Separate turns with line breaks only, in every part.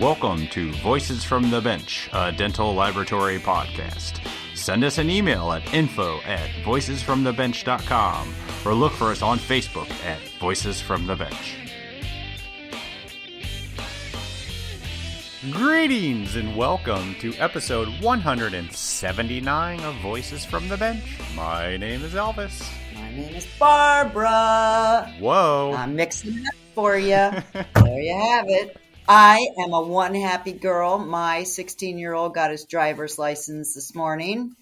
Welcome to Voices from the Bench, a dental laboratory podcast. Send us an email at info at voicesfromthebench.com or look for us on Facebook at Voices from the Bench. Greetings and welcome to episode 179 of Voices from the Bench. My name is Elvis.
My name is Barbara.
Whoa.
I'm mixing it up for you. there you have it. I am a one happy girl. My 16 year old got his driver's license this morning.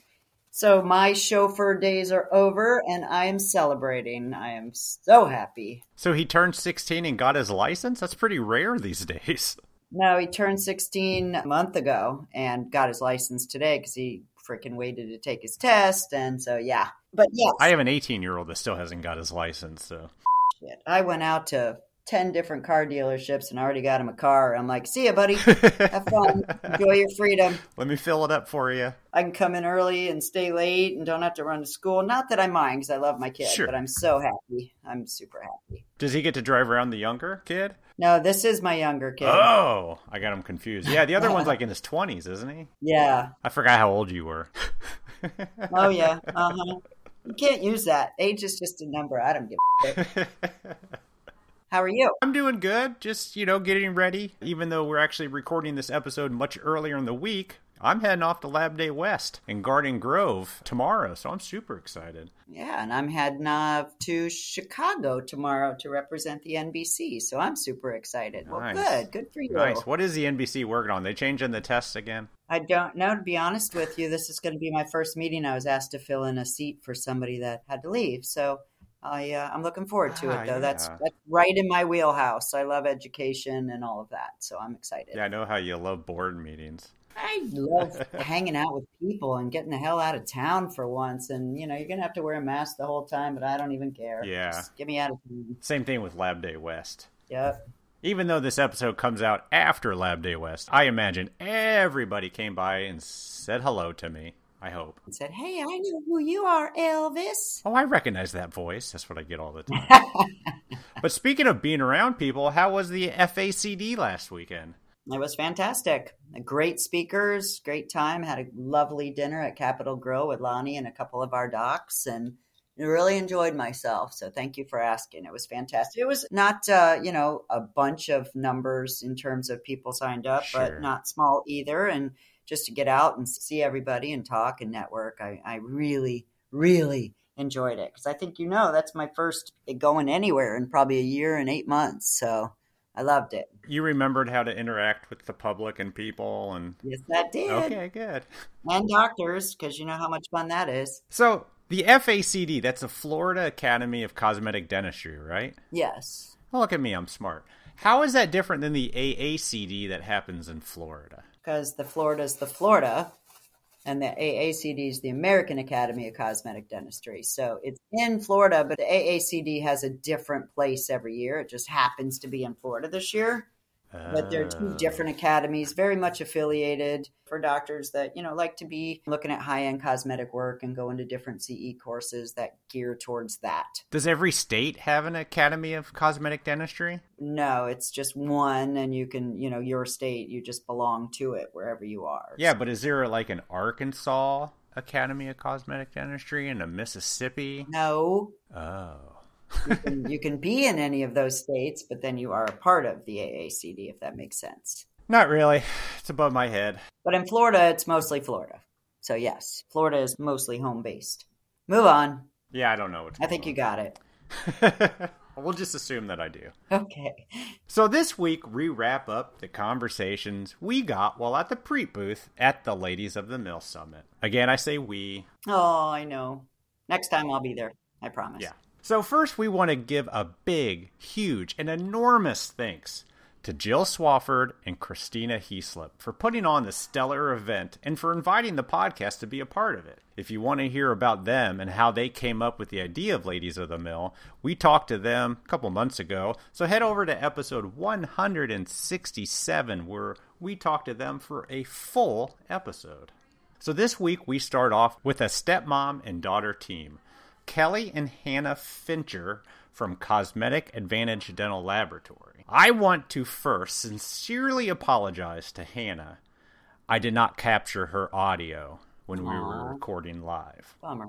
So my chauffeur days are over and I am celebrating. I am so happy.
So he turned 16 and got his license? That's pretty rare these days.
No, he turned 16 a month ago and got his license today because he freaking waited to take his test. And so, yeah. But yes,
I have an 18 year old that still hasn't got his license, so.
shit. I went out to 10 different car dealerships and already got him a car. I'm like, see ya, buddy. Have fun. Enjoy your freedom.
Let me fill it up for you.
I can come in early and stay late and don't have to run to school. Not that I mind because I love my kids,
Sure.
but I'm so happy. I'm super happy.
Does he get to drive around the younger kid?
No, this is my younger kid.
Oh, I got him confused. Yeah, the other one's like in his 20s, isn't he?
Yeah.
I forgot how old you were.
Oh, yeah. Uh huh. You can't use that. Age is just a number. I don't give a shit. How are you?
I'm doing good, just, you know, getting ready. Even though we're actually recording this episode much earlier in the week, I'm heading off to Lab Day West in Garden Grove tomorrow, so I'm super excited.
Yeah, and I'm heading off to Chicago tomorrow to represent the NBC. So I'm super excited. Well,
Nice.
good. Good for you.
Nice. What is the NBC working on? They changing the tests again?
I don't know. To be honest with you, this is going to be my first meeting. I was asked to fill in a seat for somebody that had to leave, so I uh, I'm looking forward to
Ah,
it. Though that's
yeah.
that's right in my wheelhouse. I love education and all of that, so I'm excited.
Yeah, I know how you love board meetings.
I love hanging out with people and getting the hell out of town for once. And you know, you're gonna have to wear a mask the whole time, but I don't even care.
Yeah.
Just get me out of town.
Same thing with Lab Day West.
Yep.
Even though this episode comes out after Lab Day West, I imagine everybody came by and said hello to me. I hope.
And said, "Hey, I know who you are, Elvis."
Oh, I recognize that voice. That's what I get all the time. but speaking of being around people, how was the FACD last weekend?
It was fantastic. Great speakers, great time. Had a lovely dinner at Capitol Grill with Lonnie and a couple of our docs, and really enjoyed myself. So thank you for asking. It was fantastic. It was not, uh, you know, a bunch of numbers in terms of people signed up,
Sure.
but not small either. And just to get out and see everybody and talk and network, I, I really, really enjoyed it because I think you know that's my first going anywhere in probably a year and eight months. So I loved it.
You remembered how to interact with the public and people and
Yes, I did.
Okay, good.
and doctors because you know how much fun that is.
So, the FACD, that's the Florida Academy of Cosmetic Dentistry, right?
Yes.
Look at me, I'm smart. How is that different than the AACD that happens in Florida?
Because the Florida's the Florida and the AACD is the American Academy of Cosmetic Dentistry. So it's in Florida, but the AACD has a different place every year. It just happens to be in Florida this year. But they're two
Uh,
different academies, very much affiliated for doctors that, you know, like to be looking at high end cosmetic work and go into different CE courses that gear towards that.
Does every state have an Academy of Cosmetic Dentistry?
No, it's just one, and you can, you know, your state, you just belong to it wherever you are.
Yeah, but is there like an Arkansas Academy of Cosmetic Dentistry and a Mississippi?
No,
Oh.
and you can be in any of those states, but then you are a part of the AACD, if that makes sense.
Not really. It's above my head.
But in Florida, it's mostly Florida. So, yes, Florida is mostly home based. Move on.
Yeah, I don't know what
I think you got it.
got We'll just assume that I do.
Okay.
So this week we wrap up the conversations we got while at the pre booth at the Ladies of the Mill Summit. Again, I say we
Oh, I know. Next time I'll be there. I promise.
Yeah. So, first, we want to give a big, huge, and enormous thanks to Jill Swafford and Christina Heeslip for putting on the stellar event and for inviting the podcast to be a part of it. If you want to hear about them and how they came up with the idea of Ladies of the Mill, we talked to them a couple months ago. So, head over to episode 167 where we talked to them for a full episode. So this week we start off with a stepmom and daughter team. Kelly and Hannah Fincher from Cosmetic Advantage Dental Laboratory. I want to first sincerely apologize to Hannah. I did not capture her audio when we were
Aw.
recording live.
Bummer.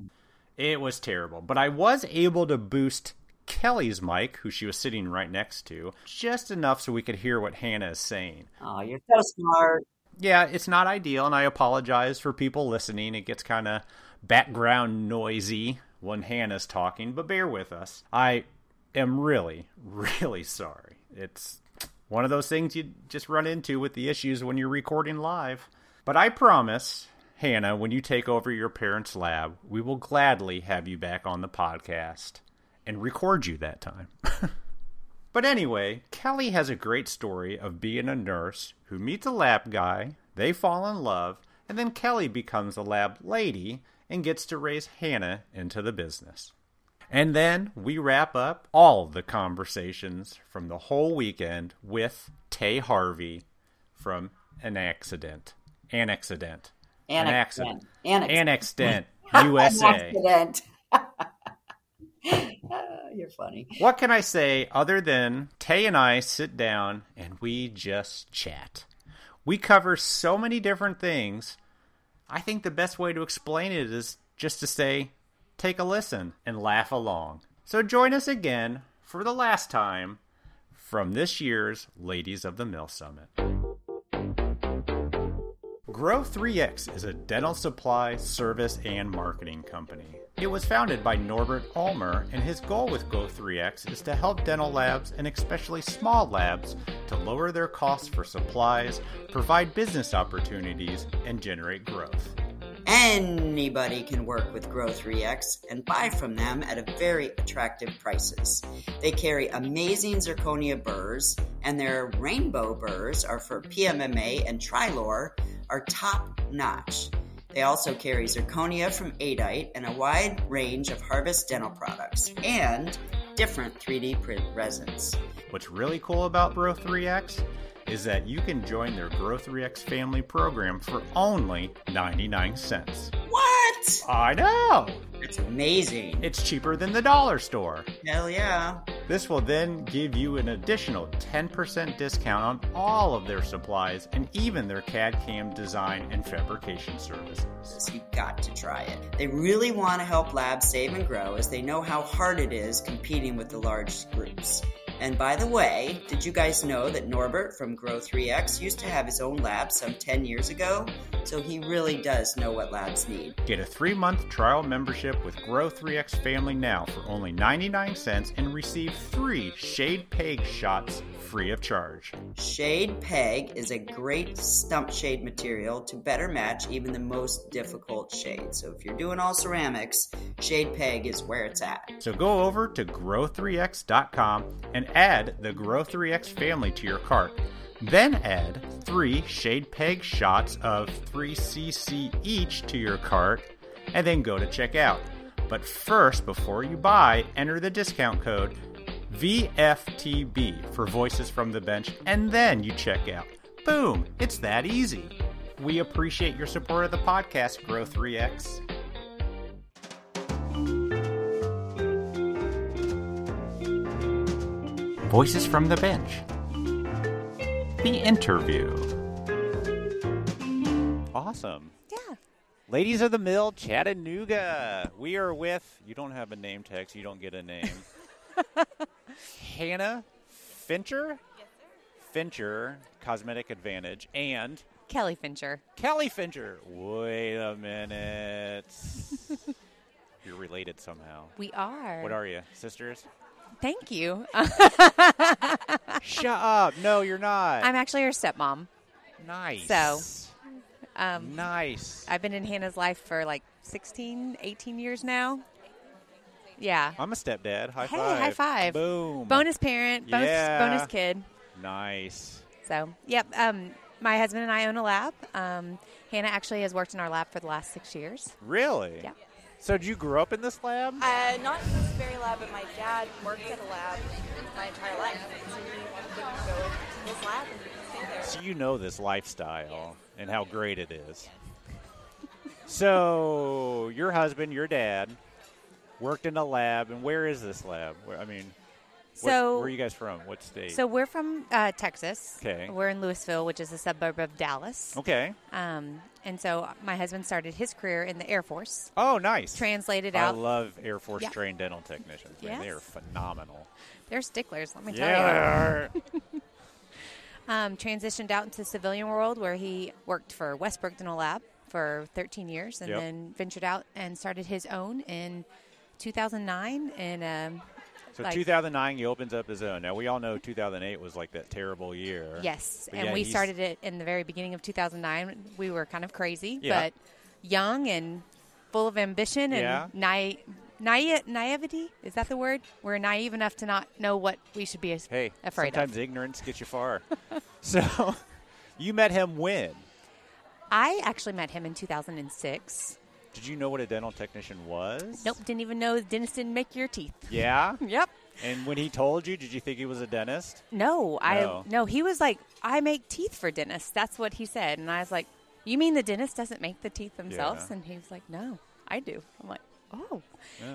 It was terrible, but I was able to boost Kelly's mic, who she was sitting right next to, just enough so we could hear what Hannah is saying.
Oh, you're so smart.
Yeah, it's not ideal, and I apologize for people listening. It gets kind of background noisy when Hannah's talking, but bear with us. I am really, really sorry. It's one of those things you just run into with the issues when you're recording live. But I promise, Hannah, when you take over your parents' lab, we will gladly have you back on the podcast and record you that time. But anyway, Kelly has a great story of being a nurse who meets a lab guy, they fall in love, and then Kelly becomes a lab lady and gets to raise Hannah into the business. And then we wrap up all the conversations from the whole weekend with Tay Harvey from An Accident. An Accident.
An accident. An accident.
An Accident.
An
USA.
accident. Ah, you're funny.
What can I say other than Tay and I sit down and we just chat? We cover so many different things. I think the best way to explain it is just to say, take a listen and laugh along. So join us again for the last time from this year's Ladies of the Mill Summit. Grow 3X is a dental supply, service, and marketing company. It was founded by Norbert Ulmer, and his goal with Grow 3X is to help dental labs and especially small labs to lower their costs for supplies, provide business opportunities, and generate growth.
Anybody can work with Grow 3X and buy from them at a very attractive prices. They carry amazing zirconia burrs, and their rainbow burrs are for PMMA and Trilor are top notch. They also carry zirconia from Adite and a wide range of Harvest dental products and different 3D print resins.
What's really cool about Grow 3X is that you can join their Grow 3X family program for only 99 cents.
What?
I know!
That's amazing.
It's cheaper than the dollar store.
Hell yeah.
This will then give you an additional 10% discount on all of their supplies and even their CAD CAM design and fabrication services.
businesses. You've got to try it. They really want to help labs save and grow as they know how hard it is competing with the large groups. And by the way, did you guys know that Norbert from Grow 3X used to have his own lab some 10 years ago? So he really does know what labs need.
Get a three month trial membership with Grow 3X Family now for only 99 cents and receive three Shade Peg shots free of charge.
Shade Peg is a great stump shade material to better match even the most difficult shade. So if you're doing all ceramics, Shade Peg is where it's at.
So go over to grow3x.com and add the Grow 3x family to your cart. Then add three shade peg shots of 3cc each to your cart and then go to checkout. But first, before you buy, enter the discount code VFTB for voices from the bench and then you check out. Boom! It's that easy. We appreciate your support of the podcast, Grow 3x. Voices from the Bench. The Interview. Awesome.
Yeah.
Ladies of the Mill, Chattanooga. We are with, you don't have a name tag, so you don't get a name. Hannah Fincher? Fincher, Cosmetic Advantage, and
Kelly Fincher.
Kelly Fincher. Wait a minute. You're related somehow.
We are.
What are you, sisters?
Thank you. Uh,
Shut up. No, you're not.
I'm actually her stepmom.
nice.
So, Um,
Nice.
I've been in Hannah's life for like 16, 18 years now. Yeah.
I'm a stepdad. High
Hey,
five.
high five.
Boom.
Bonus parent, bonus,
Yeah.
bonus kid.
Nice.
So, yep. Um, my husband and I own a lab. Um, Hannah actually has worked in our lab for the last six years.
Really?
Yeah.
So did you grow up in this lab?
Uh, not in this very lab, but my dad worked at a lab my entire life. So he would go in his lab and stay there.
so you know this lifestyle and how great it is. so your husband, your dad, worked in a lab, and where is this lab? Where, I mean,
So-
where, where are you guys from? What state?
So we're from uh, Texas.
Okay. Oh.
We're in Louisville, which is a suburb of Dallas.
okay.
Um, and so my husband started his career in the Air Force,
Oh, nice.
translated
I
out.
love Air Force
Yeah.
trained dental technicians. Man, they
Yes.
are phenomenal.
They're sticklers, let me tell you.
Yeah. they are.
um, transitioned out into the civilian world where he worked for Westbrook Dental Lab for 13 years and
Yep.
then ventured out and started his own in 2009 and um,
So
like-
2009, he opens up his own. Now we all know 2008 was like that terrible year.
yes
But
and
yeah,
we
he's-
started it in the very beginning of 2009 we were kind of crazy
Yeah.
but young and full of ambition
Yeah.
and nai- nai- naivety is that the word we're naive enough to not know what we should be as-
Hey,
afraid of
sometimes ignorance gets you far. so, you met him when?
i actually met him in 2006
Did you know what a dental technician was?
nope didn't even know dentists didn't make your teeth
Yeah.
yep
and when he told you, did you think he was a dentist? No.
No, I no. He was like, I make teeth for dentists. That's what he said, and I was like, You mean the dentist doesn't make the teeth themselves?
Yeah.
And he was like, No, I do. I'm like, Oh.
Oh.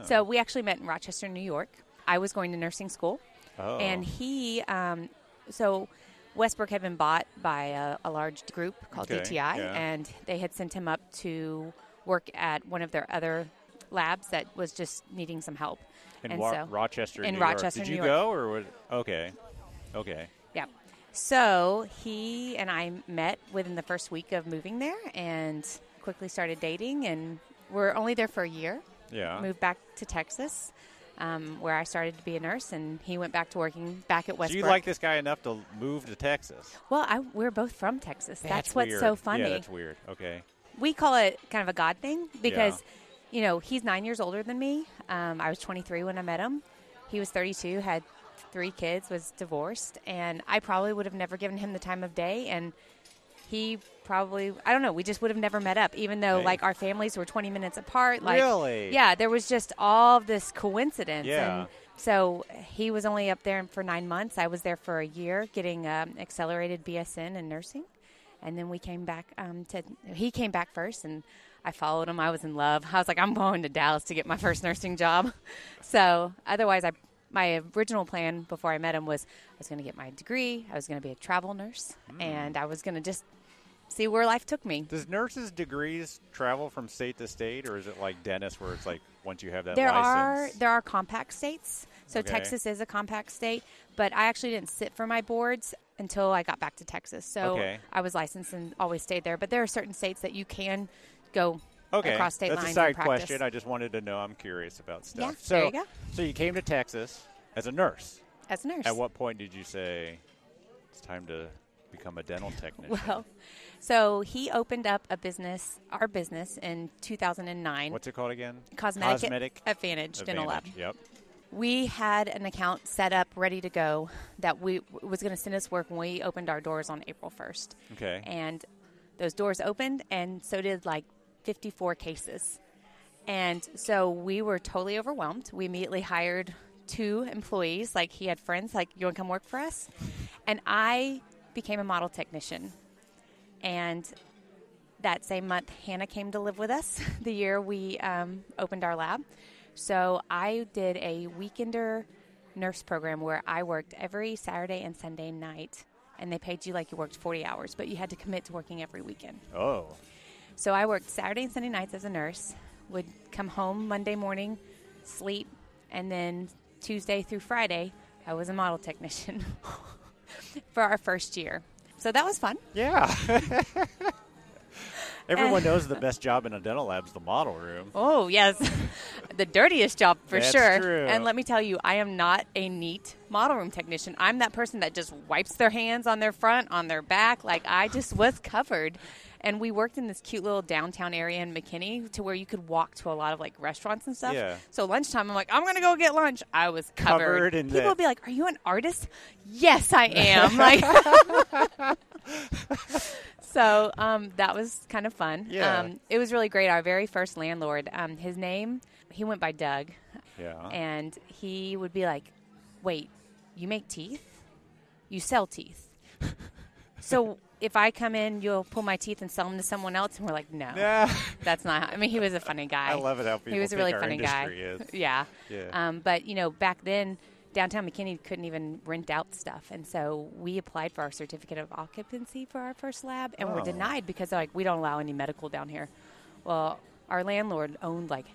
So we actually met in Rochester, New York. I was going to nursing school,
Oh.
and he, um, so Westbrook had been bought by a, a large group called
Okay,
DTI,
yeah.
and they had sent him up to work at one of their other labs that was just needing some help.
in
and
Wa-
so,
Rochester,
in
New
Rochester,
York. Did
New
you
York.
go or was okay? Okay.
Yeah. So he and I met within the first week of moving there and quickly started dating. And we're only there for a year.
Yeah.
Moved back to Texas, um, where I started to be a nurse, and he went back to working back at
Do
Westbrook.
you like this guy enough to move to Texas?
well, I, we're both from Texas. That's, what's so
weird.
funny.
Yeah, that's weird. Okay.
we call it kind of a God thing because, you know, he's nine years older than me. Um, I was 23 when I met him. He was 32, had three kids, was divorced, and I probably would have never given him the time of day. And he probably, I don't know, we just would have never met up, even though
Hey.
like our families were 20 minutes apart. Like,
Really?
Yeah, there was just all of this coincidence.
Yeah.
And so he was only up there for nine months. I was there for a year getting um, accelerated BSN in nursing. And then we came back um, to, he came back first and I followed him. I was in love. I was like, I'm going to Dallas to get my first nursing job. So otherwise, I, my original plan before I met him was I was going to get my degree, I was going to be a travel nurse, and I was going to just see where life took me.
Does nurses' degrees travel from state to state, or is it like dentist, where it's like once you have that
there
license?
are there are compact states so
Okay.
texas is a compact state but i actually didn't sit for my boards until i got back to texas so
Okay.
i was licensed and always stayed there but there are certain states that you can go
okay.
across state
That's
lines
a side
and practice.
question. I just wanted to know. I'm curious about stuff.
Yeah,
so,
there you go.
so you came to Texas as a nurse.
as a nurse
At what point did you say it's time to become a dental technician?
well so he opened up a business our business in 2009
What's it called again?
cosmetic, e-
Cosmetic
advantage, dental lab
Advantage. Yep.
we had an account set up ready to go that we was going to send us work when we opened our doors on april 1st
Okay.
and those doors opened and so did like 54 cases and so we were totally overwhelmed we immediately hired two employees like he had friends like you want to come work for us and i became a model technician and that same month, Hannah came to live with us the year we um, opened our lab. So I did a weekender nurse program where I worked every Saturday and Sunday night, and they paid you like you worked 40 hours, but you had to commit to working every weekend.
Oh.
So I worked Saturday and Sunday nights as a nurse, would come home Monday morning, sleep, and then Tuesday through Friday, I was a model technician for our first year. So that was fun.
Yeah. Everyone knows the best job in a dental lab is the model room.
Oh yes, the dirtiest job for
That's
sure.
true.
And let me tell you, I am not a neat model room technician. I'm that person that just wipes their hands on their front, on their back. Like I just was covered. And we worked in this cute little downtown area in McKinney to where you could walk to a lot of like restaurants and stuff.
Yeah.
So lunchtime, I'm like, I'm gonna go get lunch. I was covered.
Covered in
People
that.
would be like, Are you an artist? Yes, I am. like. So um, that was kind of fun.
Yeah.
Um, it was really great. Our very first landlord, um, his name, he went by Doug,
Yeah.
and he would be like, "Wait, you make teeth? You sell teeth? so if I come in, you'll pull my teeth and sell them to someone else?" And we're like, "No,
Yeah.
that's not." How. I mean, he was a funny guy.
I love it how people
He was a
think
really
our
funny guy.
industry is.
Yeah.
Yeah.
Um, but you know, back then, downtown McKinney couldn't even rent out stuff, and so we applied for our certificate of occupancy for our first lab, and
Oh.
were denied because like we don't allow any medical down here. Well, our landlord owned like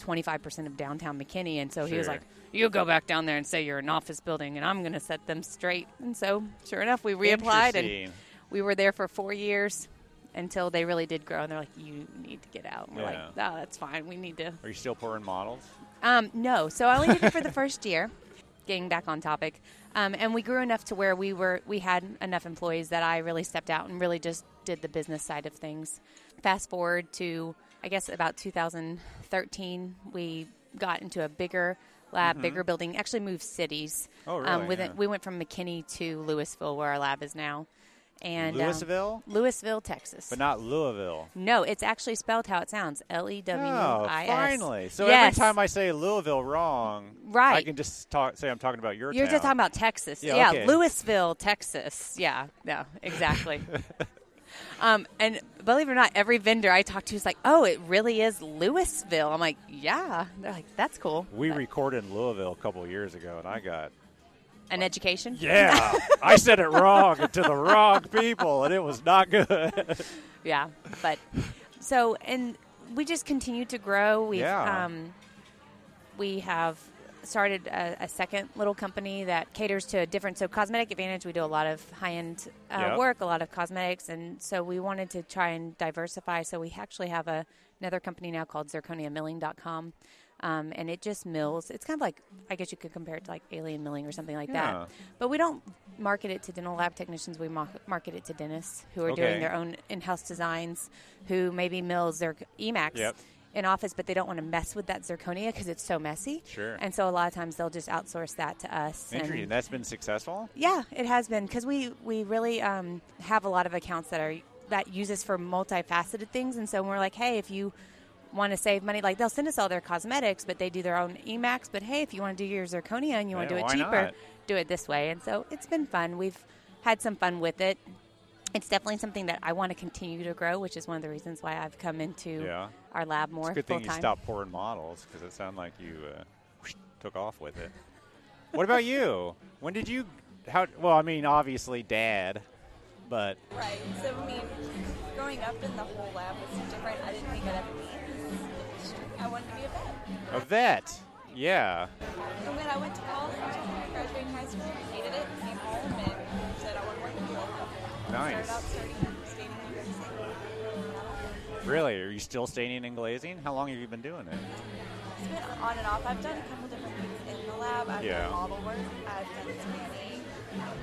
25% of downtown McKinney, and so he was
Sure.
like, "You go back down there and say you're an office building, and I'm going to set them straight." And so, sure enough, we reapplied, and
Interesting.
we were there for four years until they really did grow, and they're like, "You need to get out." And we're
Yeah.
like, "No, that's fine. We need to
Are you still pouring models?
um, no, so I only did it for the first year. Getting back on topic, um, and we grew enough to where we were we had enough employees that I really stepped out and really just did the business side of things. Fast forward to I guess about 2013, we got into a bigger lab, bigger building. Actually, moved cities.
Mm-hmm. Oh, really?
Um, with
Yeah.
it, we went from McKinney to Louisville, where our lab is now, and um,
Louisville?
Louisville, Texas.
But not Louisville.
no, it's actually spelled how it sounds: L E W
Oh,
I S.
finally. So
Yes.
every time I say Louisville wrong, I
Right.
can just talk, say I'm talking about your
You're
town.
just talking about Texas.
Yeah,
Yeah,
okay.
Louisville, Texas. Yeah, no, exactly. um, and believe it or not, every vendor I talk to is like, oh, it really is Louisville. I'm like, yeah. They're like, that's cool.
We recorded in Louisville a couple years ago, and I got
An education?
yeah. I said it wrong to the wrong people, and it was not good.
Yeah. But so, and we just continue to grow. We've,
Yeah.
um, we have started a, a second little company that caters to a different so cosmetic advantage we do a lot of high-end uh,
Yep.
work a lot of cosmetics and so we wanted to try and diversify so we actually have a, another company now called zirconiamilling.com um, and it just mills it's kind of like i guess you could compare it to like alien milling or something like
Yeah.
that but we don't market it to dental lab technicians we mar- market it to dentists who are
Okay.
doing their own in-house designs who maybe mills their emacs
Yep.
in office, but they don't want to mess with that zirconia because it's so messy.
Sure.
And so a lot of times they'll just outsource that to us. and-
Interesting. That's been successful.
yeah, it has been because we we really um, have a lot of accounts that are that use us for multifaceted things, and so we're like, hey, if you want to save money, like they'll send us all their cosmetics, but they do their own Emacs. But hey, if you want to do your zirconia and you want
Yeah,
to do it
why
cheaper,
not?
do it this way. And so it's been fun. We've had some fun with it. It's definitely something that I want to continue to grow, which is one of the reasons why I've come into
Yeah.
our lab more
It's a good
full
thing you
time.
stopped pouring models because it sounded like you uh, took off with it. What about you? When did you? How? Well, I mean, obviously, Dad, but
Right. So I mean, growing up in the whole lab was so different. I didn't think I'd ever be. I wanted to be a vet.
a vet. Yeah.
And when I went to college, graduated high school, I hated it, came home, and said I want to work in the lab.
Nice.
Started out starting, skating and racing.
Really? Are you still staining and glazing? How long have you been doing it?
It's been on and off. I've done a couple different things in the lab. I've
Yeah.
done model work. I've done scanning.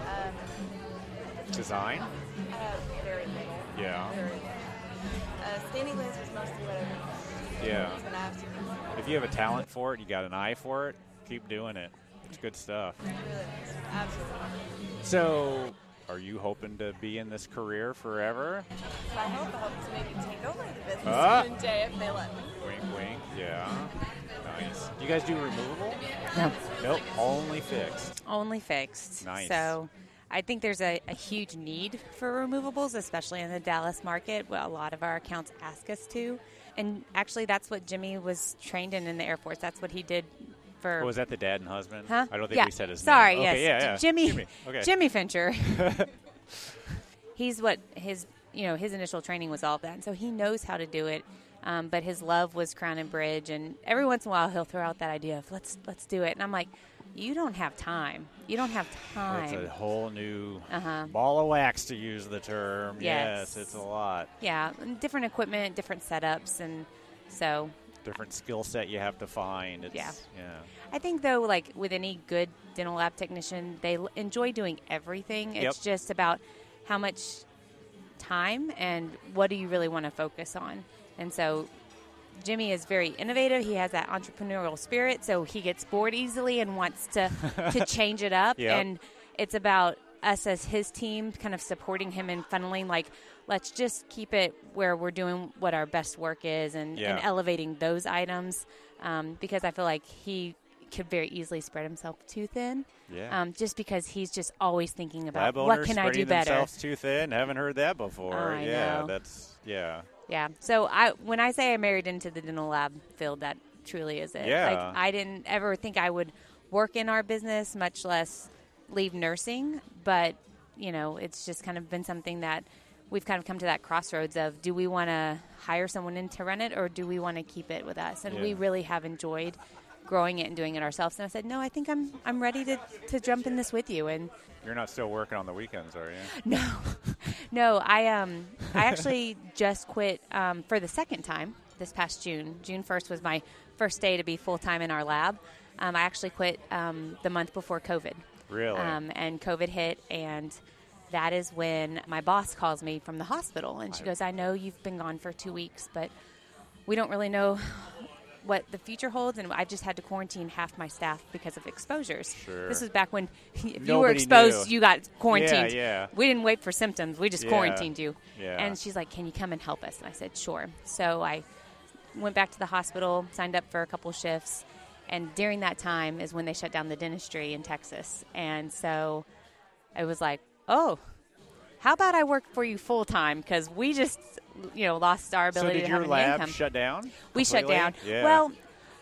Um,
Design.
uh, very little.
Yeah.
Very little. Uh, standing glaze was mostly what I was doing.
Yeah.
It's been absolutely
If you have a talent for it, you got an eye for it. Keep doing it. It's good stuff.
Really, absolutely.
So, are you hoping to be in this career forever?
So I hope, I hope to maybe take over the business
Ah.
one day if they let me.
Wink, wink. Yeah. Nice. Do you guys do removable?
No.
Nope. Only fixed.
only fixed.
Nice.
So I think there's a, a huge need for removables, especially in the Dallas market. Well, a lot of our accounts ask us to. And actually, that's what Jimmy was trained in in the Air Force. That's what he did for.
Oh, was that the dad and husband?
Huh?
I don't think
yeah.
we said his
Sorry,
name. Okay,
yes.
yeah, yeah.
Jimmy,
Jimmy. Okay.
Jimmy Fincher. He's what his you know his initial training was all of that, and so he knows how to do it. Um, but his love was Crown and Bridge, and every once in a while he'll throw out that idea of let's let's do it, and I'm like, you don't have time. You don't have
It's
time.
a whole new
Uh-huh.
ball of wax to use the term.
Yes.
yes it's a lot.
Yeah, and different equipment, different setups, and so
Different skill set you have to find. It's, yeah.
I think though, like with any good dental lab technician, they l- enjoy doing everything. It's
Yep.
just about how much time and what do you really want to focus on. And so, Jimmy is very innovative. He has that entrepreneurial spirit, so he gets bored easily and wants to to change it up.
Yep.
And it's about us as his team kind of supporting him and funneling like let's just keep it where we're doing what our best work is and, and
Yeah.
elevating those items um, because I feel like he could very easily spread himself too thin.
Yeah.
Um, just because he's just always thinking about
Lab owners
what can I do
spreading
better.
themselves too thin. Haven't heard that before.
I
yeah,
know.
that's yeah.
Yeah. So I when I say I married into the dental lab field, that truly is it.
Yeah.
Like I didn't ever think I would work in our business, much less leave nursing. But, you know, it's just kind of been something that we've kind of come to that crossroads of do we want to hire someone in to run it or do we want to keep it with us? And we
Yeah.
really have enjoyed growing it and doing it ourselves. And I said, no, I think I'm, I'm ready to, to jump in this with you. And
You're not still working on the weekends, are you?
no, no. I um, I actually just quit um, for the second time this past June. June first was my first day to be full time in our lab. Um, I actually quit um, the month before COVID.
Really?
Um, and COVID hit, and that is when my boss calls me from the hospital, and she goes, "I know you've been gone for two weeks, but we don't really know." What the future holds, and I've just had to quarantine half my staff because of exposures.
Sure.
This was back when, if you were
Nobody
exposed,
knew.
you got quarantined.
yeah.
We didn't wait for symptoms. We just
Yeah.
quarantined you.
Yeah.
And she's like, "Can you come and help us?" And I said, "Sure." So I went back to the hospital, signed up for a couple shifts, and during that time is when they shut down the dentistry in Texas. And so it was like, "Oh, how about I work for you full time because we just, you know, lost our
So
ability
did
to
your
have
lab
an income."
shut down?
we shut
completely?
down.
Yeah.
Well,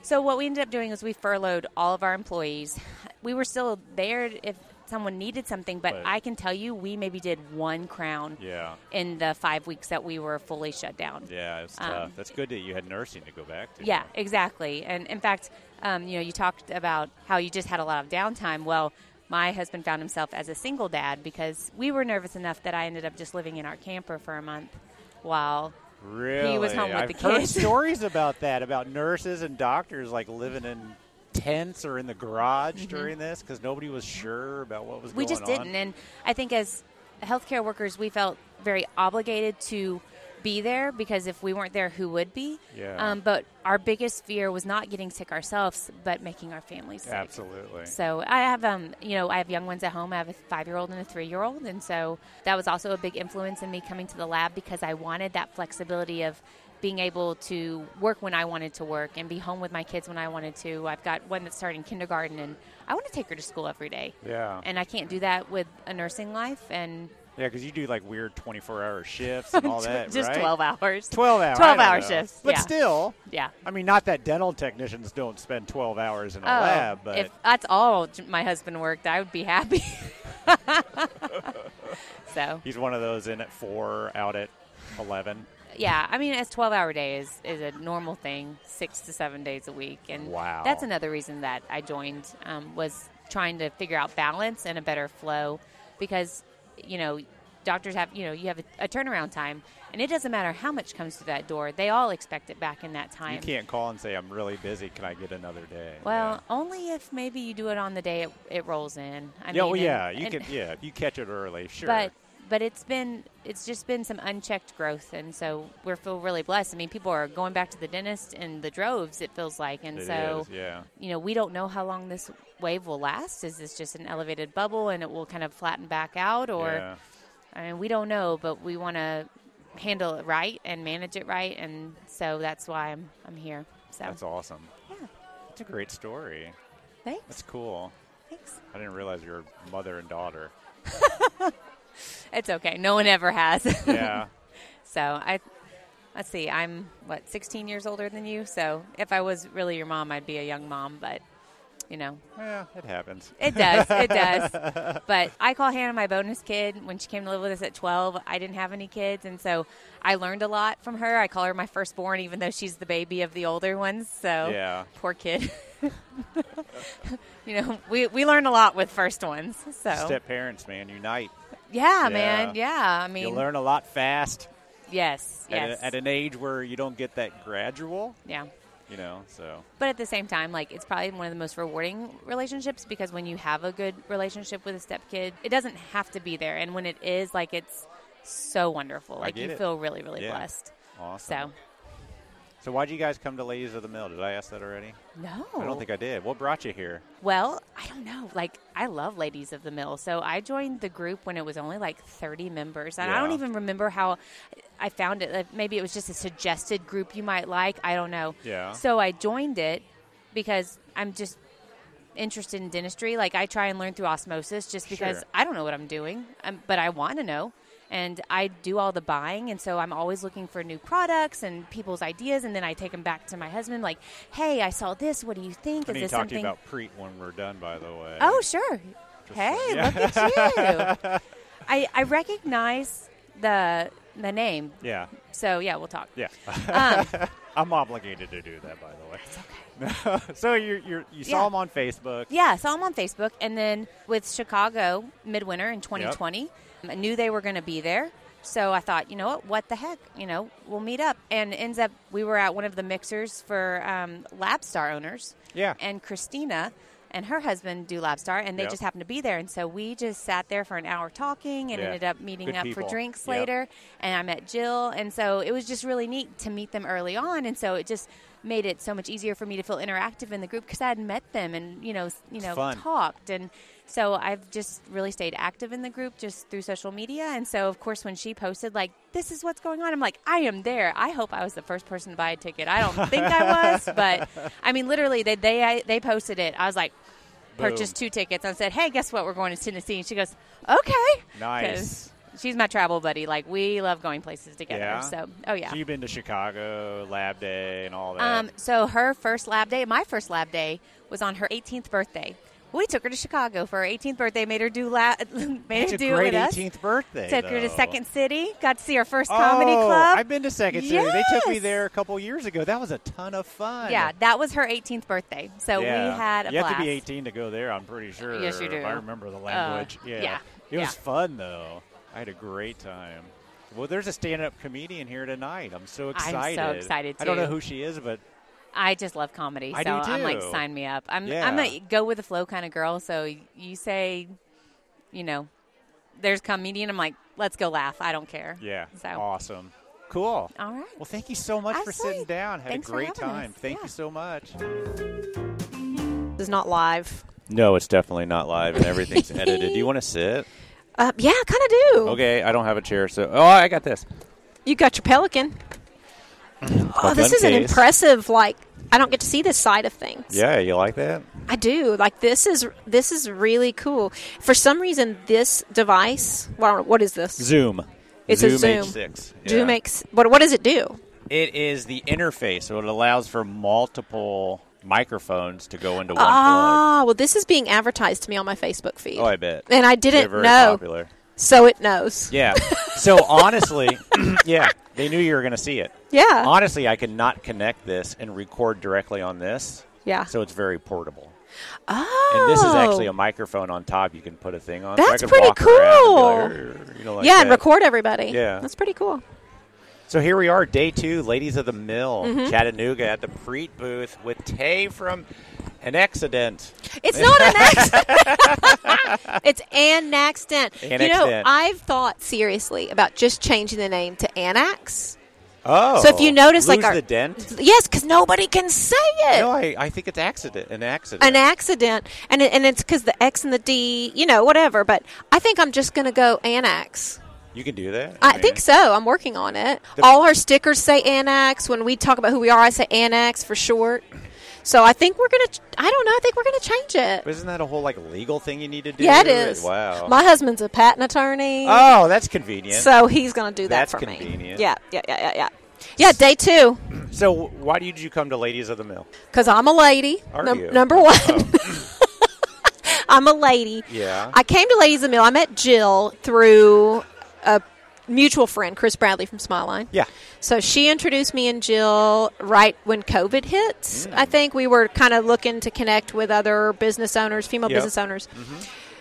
so what we ended up doing is we furloughed all of our employees. We were still there if someone needed something, but
Right.
I can tell you we maybe did one crown
Yeah.
in the five weeks that we were fully shut down.
Yeah, it's
Um,
tough. That's good that you had nursing to go back to.
Yeah, exactly. And in fact, um, you know, you talked about how you just had a lot of downtime. Well, my husband found himself as a single dad because we were nervous enough that I ended up just living in our camper for a month while
Really?
He was home with
I've
the
heard
kids.
stories about that, about nurses and doctors like living in tents or in the garage during this because nobody was sure about what was
Mm-hmm. we
going
just didn't
on.
and i think as healthcare workers we felt very obligated to be there because if we weren't there who would be
Yeah.
um, but our biggest fear was not getting sick ourselves but making our families sick
Absolutely.
so i have um, you know i have young ones at home i have a five year old and a three year old and so that was also a big influence in me coming to the lab because i wanted that flexibility of being able to work when I wanted to work and be home with my kids when I wanted to. I've got one that's starting kindergarten and I want to take her to school every day
Yeah.
and I can't do that with a nursing life and
yeah, because you do like weird 24 hour shifts and all that,
just
right?
12 hours.
12 hour.
12
I don't
hour
know.
shifts.
But
yeah.
still,
Yeah.
I mean, not that dental technicians don't spend 12 hours in a
Oh,
lab, but
if that's all j- my husband worked, I would be happy. so,
he's one of those in at four, out at 11.
yeah, I mean, as 12 hour day is, is a normal thing, six to seven days a week. And
Wow.
that's another reason that I joined um, was trying to figure out balance and a better flow because, you know, doctors have, you know, you have a, a turnaround time and it doesn't matter how much comes through that door. They all expect it back in that time.
You can't call and say, I'm really busy. Can I get another day?
Well,
Yeah.
only if maybe you do it on the day it, it rolls in. I
yeah,
mean,
well,
and-
yeah, you
and-
can. Yeah, if you catch it early, sure.
But but it's been it's just been some unchecked growth, and so we are feel really blessed. I mean, people are going back to the dentist in the droves. It feels like, and
It
so
is, yeah.
you know we don't know how long this wave will last. Is this just an elevated bubble and it will kind of flatten back out, or
yeah.
I mean, we don't know, but we want to handle it right and manage it right, and so that's why I'm I'm here. So
that's awesome.
yeah,
That's a great story.
thanks,
That's cool.
thanks.
I didn't realize you were mother and daughter.
It's okay. No one ever has.
Yeah,
so I, let's see. I'm what 16 years older than you. So if I was really your mom, I'd be a young mom. But you know,
yeah, it happens.
it does. It does. But I call Hannah my bonus kid. When she came to live with us at 12, I didn't have any kids, and so I learned a lot from her. I call her my firstborn, even though she's the baby of the older ones. So
Yeah.
poor kid. you know, we we learn a lot with first ones. So
Step parents, man, unite.
yeah,
Yeah.
man, yeah. I mean,
You learn a lot fast
yes,
at,
yes,
a, at an age where you don't get that gradual,
yeah.
you know. So
But at the same time, like it's probably one of the most rewarding relationships because when you have a good relationship with a stepkid, it doesn't have to be there, and when it is, like it's so wonderful. Like
get
you
it.
feel really, really
Yeah.
blessed.
awesome.
So
so why'd you guys come to Ladies of the Mill? Did I ask that already?
no,
I don't think I did. What brought you here?
Well, I don't know. Like, I love Ladies of the Mill. So I joined the group when it was only like 30 members. And I don't
Yeah.
even remember how I found it. Like, Maybe it was just a suggested group you might like. I don't know.
Yeah.
So I joined it because I'm just interested in dentistry. Like, I try and learn through osmosis just because
Sure.
I don't know what I'm doing, um, but I want to know. and I do all the buying. And so I'm always looking for new products and people's ideas. And then I take them back to my husband, like, hey, I saw this. What do you think?
I need
Is
to
this
talk to
something?
you about Preet when we're done, by the way.
oh, sure. Hey, look at you. I, I recognize the the name.
Yeah,
So, yeah, we'll talk.
yeah.
Um,
I'm obligated to do that, by the way. so you you you saw
Yeah.
him on Facebook.
Yeah, saw them on Facebook, and then with Chicago Midwinter in 2020, I knew they were going to be there. So I thought, you know what, what the heck, you know, we'll meet up. And ends up, we were at one of the mixers for um, LabStar owners.
Yeah.
And Christina and her husband do LabStar, and they
Yep.
just happened to be there. And so we just sat there for an hour talking and
Yeah.
ended up meeting
Good
up
people.
for drinks
Yep.
later. And I met Jill. And so it was just really neat to meet them early on. And so it just made it so much easier for me to feel interactive in the group because I had met them and, you know, s- you know,
fun.
talked. And so I've just really stayed active in the group just through social media. And so, of course, when she posted, like, this is what's going on, I'm like, I am there. I hope I was the first person to buy a ticket. I don't think I was, but I mean, literally, they, they, I, they posted it. I was like, purchased two tickets. I said, hey, guess what? We're going to Tennessee. And she goes, okay.
Nice.
'Cause She's my travel buddy. Like, we love going places together.
Yeah.
So, oh, yeah.
So you've been to Chicago Lab Day and all that.
Um, so her first lab day, my first lab day, was on her 18th birthday. We took her to Chicago for her 18th birthday. Made her do la- made
it's
her
a
do it
great
with us.
18th birthday.
Took her to
though.
Second City. Got to see her first
Oh,
comedy club.
I've been to Second City. They took me
Yes.
there a couple years ago. That was a ton of fun.
yeah, that was her 18th birthday. So
Yeah.
we had a
you
blast.
have to be 18 to go there. I'm pretty sure.
Yes, you
If I
do. Uh,
remember the language. yeah.
yeah,
It was
yeah.
fun though. I had a great time. Well, there's a stand-up comedian here tonight. I'm so
so
excited.
excited,
I don't know
too.
who she is, but
I just love comedy.
I
so
do,
I'm like,
too.
sign me up. I'm
Yeah.
I'm a go with the flow kind of girl. So you say, you know, there's comedian. I'm like, let's go laugh. I don't care.
yeah,
So
awesome, cool.
all right.
Well, thank you so much for
Absolutely.
sitting down. Had
Thanks
a
for
great
having
time.
us.
Thank
Yeah.
you so much.
This is not live.
No, it's definitely not live, and everything's edited. Do you want to sit?
Uh, yeah, I kind of do.
Okay, I don't have a chair, so oh, I got this.
You got your pelican. oh, this
Pelican
is an
case.
impressive. Like, I don't get to see this side of things.
Yeah, you like that?
I do. Like, this is this is really cool. For some reason, this device. Well, what is this?
Zoom.
It's a
Zoom
Zoom.
H6.
Do
yeah.
makes what? What does it do?
It is the interface, so it allows for multiple microphones to go into one plug.
Ah, well, this is being advertised to me on my Facebook feed.
Oh, I bet.
And I
They're
didn't
very
know,
popular.
so it knows.
Yeah. So honestly, yeah, they knew you were going to see it.
Yeah.
Honestly, I could not connect this and record directly on this.
Yeah.
So it's very portable.
Oh,
And this is actually a microphone on top. You can put a thing on. so I
That's
could
pretty
walk around and be like, "Arr," you know, like
yeah, and
that.
record everybody.
Yeah.
that's pretty cool.
So here we are, day two, Ladies of the Mill,
Mm-hmm.
Chattanooga at the Preet booth with Tay from An Accident.
It's not an accident. it's Anaxdent.
An
You know,
accident.
I've thought seriously about just changing the name to Anax.
Oh,
So if you notice, like
Lose
our-
the dent.
Yes, because nobody can say it.
No, I, I think it's accident. An accident.
An accident, and it, and it's because the X and the D, you know, whatever. But I think I'm just gonna go Anax.
you can do that.
I
mean,
think so. I'm working on it. All our stickers say Anax. When we talk about who we are, I say Anax for short. So I think we're gonna. ch- I don't know. I think we're gonna change it.
But isn't that a whole like legal thing you need to do?
yeah, it is.
Wow.
My husband's a patent attorney.
oh, that's convenient. So,
So he's going to do that
That's
for
convenient.
me. Yeah, yeah, yeah, yeah, yeah. Yeah, day two,
why did you come to Ladies of the Mill?
because I'm a lady.
Are you? Oh.
Number one. I'm a lady.
Yeah.
I came to Ladies of the Mill. I met Jill through a mutual friend, Chris Bradley from Smileline.
Yeah.
So she introduced me and Jill right when COVID hit. I
Mm.
think we were kind of looking to connect with other business owners, female
Yep. Mm-hmm.
business owners,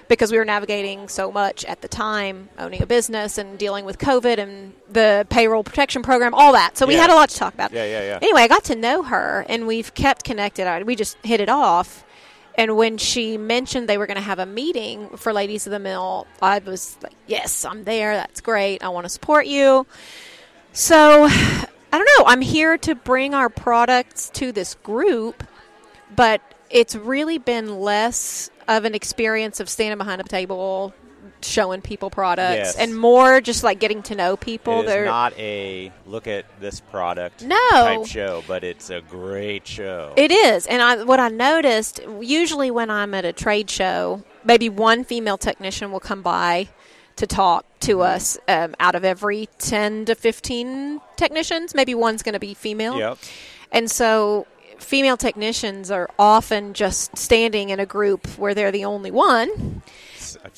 because we were navigating so much at the time, owning a business and dealing with COVID and the payroll protection program, all that. So we
Yeah.
had a lot to talk about.
Yeah, yeah, yeah.
Anyway, I got to know her and we've kept connected. I, we just hit it off. And when she mentioned they were going to have a meeting for Ladies of the Mill, I was like, yes, I'm there. That's great. I want to support you. So, I don't know. I'm here to bring our products to this group, but it's really been less of an experience of standing behind a table showing people products
Yes.
and more just like getting to know people.
it is
They're-
not a look at this product
No.
type show, but it's a great show.
It is. And I, what I noticed, usually when I'm at a trade show, maybe one female technician will come by to talk to us um, out of every 10 to 15 technicians. Maybe one's going to be female.
Yep.
And so female technicians are often just standing in a group where they're the only one.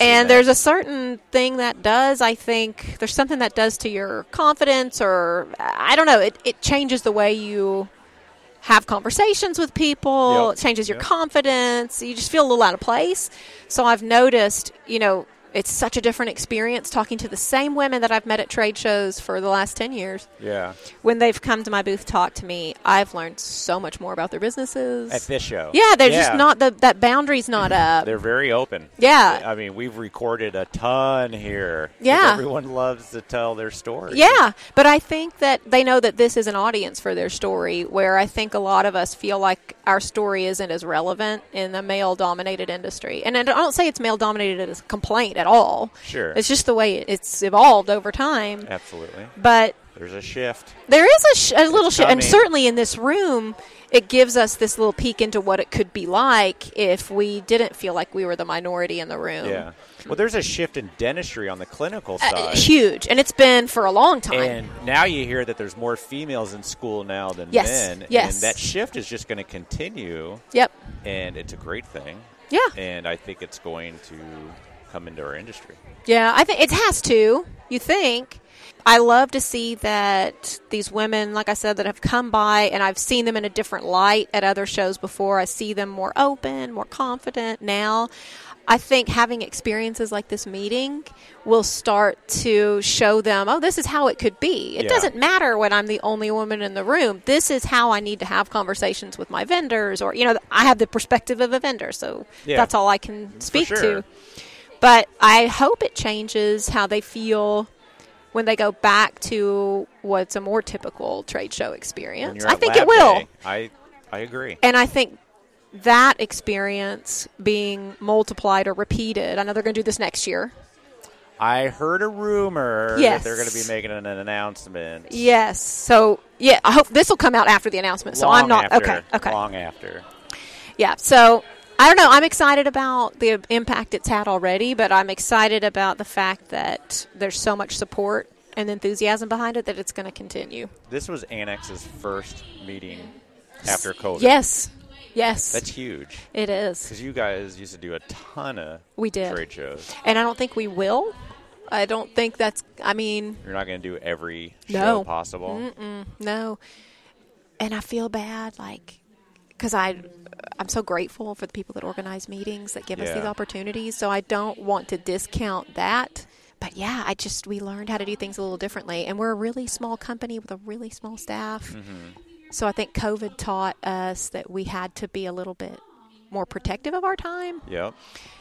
And there's a certain thing that does, I think, there's something that does to your confidence, or I don't know, it, it changes the way you have conversations with people,
Yep.
it changes your
Yep.
confidence, you just feel a little out of place. So I've noticed, you know, it's such a different experience talking to the same women that I've met at trade shows for the last 10 years.
yeah
When they've come to my booth, talk to me, I've learned so much more about their businesses.
at this show.
yeah, they're just
Yeah.
not, the, that boundary's not up.
They're very open.
Yeah.
I mean, we've recorded a ton here. 'cause
Yeah.
Everyone loves to tell their story.
Yeah, but I think that they know that this is an audience for their story, where I think a lot of us feel like our story isn't as relevant in the male dominated industry. And I don't- I don't say it's male dominated as a complaint at all.
Sure.
It's just the way it- it's evolved over time.
Absolutely.
But
There's a shift.
there is a, sh- a little shift, and
coming.
certainly in this room, it gives us this little peek into what it could be like if we didn't feel like we were the minority in the room.
Yeah. Well, there's a shift in dentistry on the clinical
Uh,
side.
huge, and it's been for a long time.
And now you hear that there's more females in school now than
Yes,
men.
yes.
And that shift is just going to continue.
yep.
And it's a great thing.
Yeah.
And I think it's going to come into our industry.
Yeah, I think it has to. You think? I love to see that these women, like I said, that have come by, and I've seen them in a different light at other shows before. I see them more open, more confident now. I think having experiences like this meeting will start to show them, oh, this is how it could be. It
Yeah.
doesn't matter when I'm the only woman in the room. This is how I need to have conversations with my vendors, or, you know, I have the perspective of a vendor, so
Yeah.
that's all I can speak
sure.
to. But I hope it changes how they feel when they go back to what's a more typical trade show
When
experience.
you're
I
at
think it
lab
will.
day, I, I agree.
And I think that experience being multiplied or repeated, I know they're going to do this next year.
I heard a rumor
Yes.
that they're going to be making an announcement.
Yes. So, yeah, I hope this will come out after the announcement. So
long
I'm not.
after,
okay. Okay.
Long after.
Yeah. So I don't know. I'm excited about the impact it's had already, but I'm excited about the fact that there's so much support and enthusiasm behind it that it's going to continue.
This was Annex's first meeting after COVID.
Yes. Yes.
That's huge.
it is.
Because you guys used to do a ton of
We did.
trade shows.
And I don't think we will. I don't think that's, I mean,
You're not going to do every
No.
show possible.
no. And I feel bad, like, because I. I'm so grateful for the people that organize meetings that give us
Yeah.
these opportunities. So I don't want to discount that. But yeah, I just, we learned how to do things a little differently. And we're a really small company with a really small staff. So I think COVID taught us that we had to be a little bit more protective of our time.
Yep.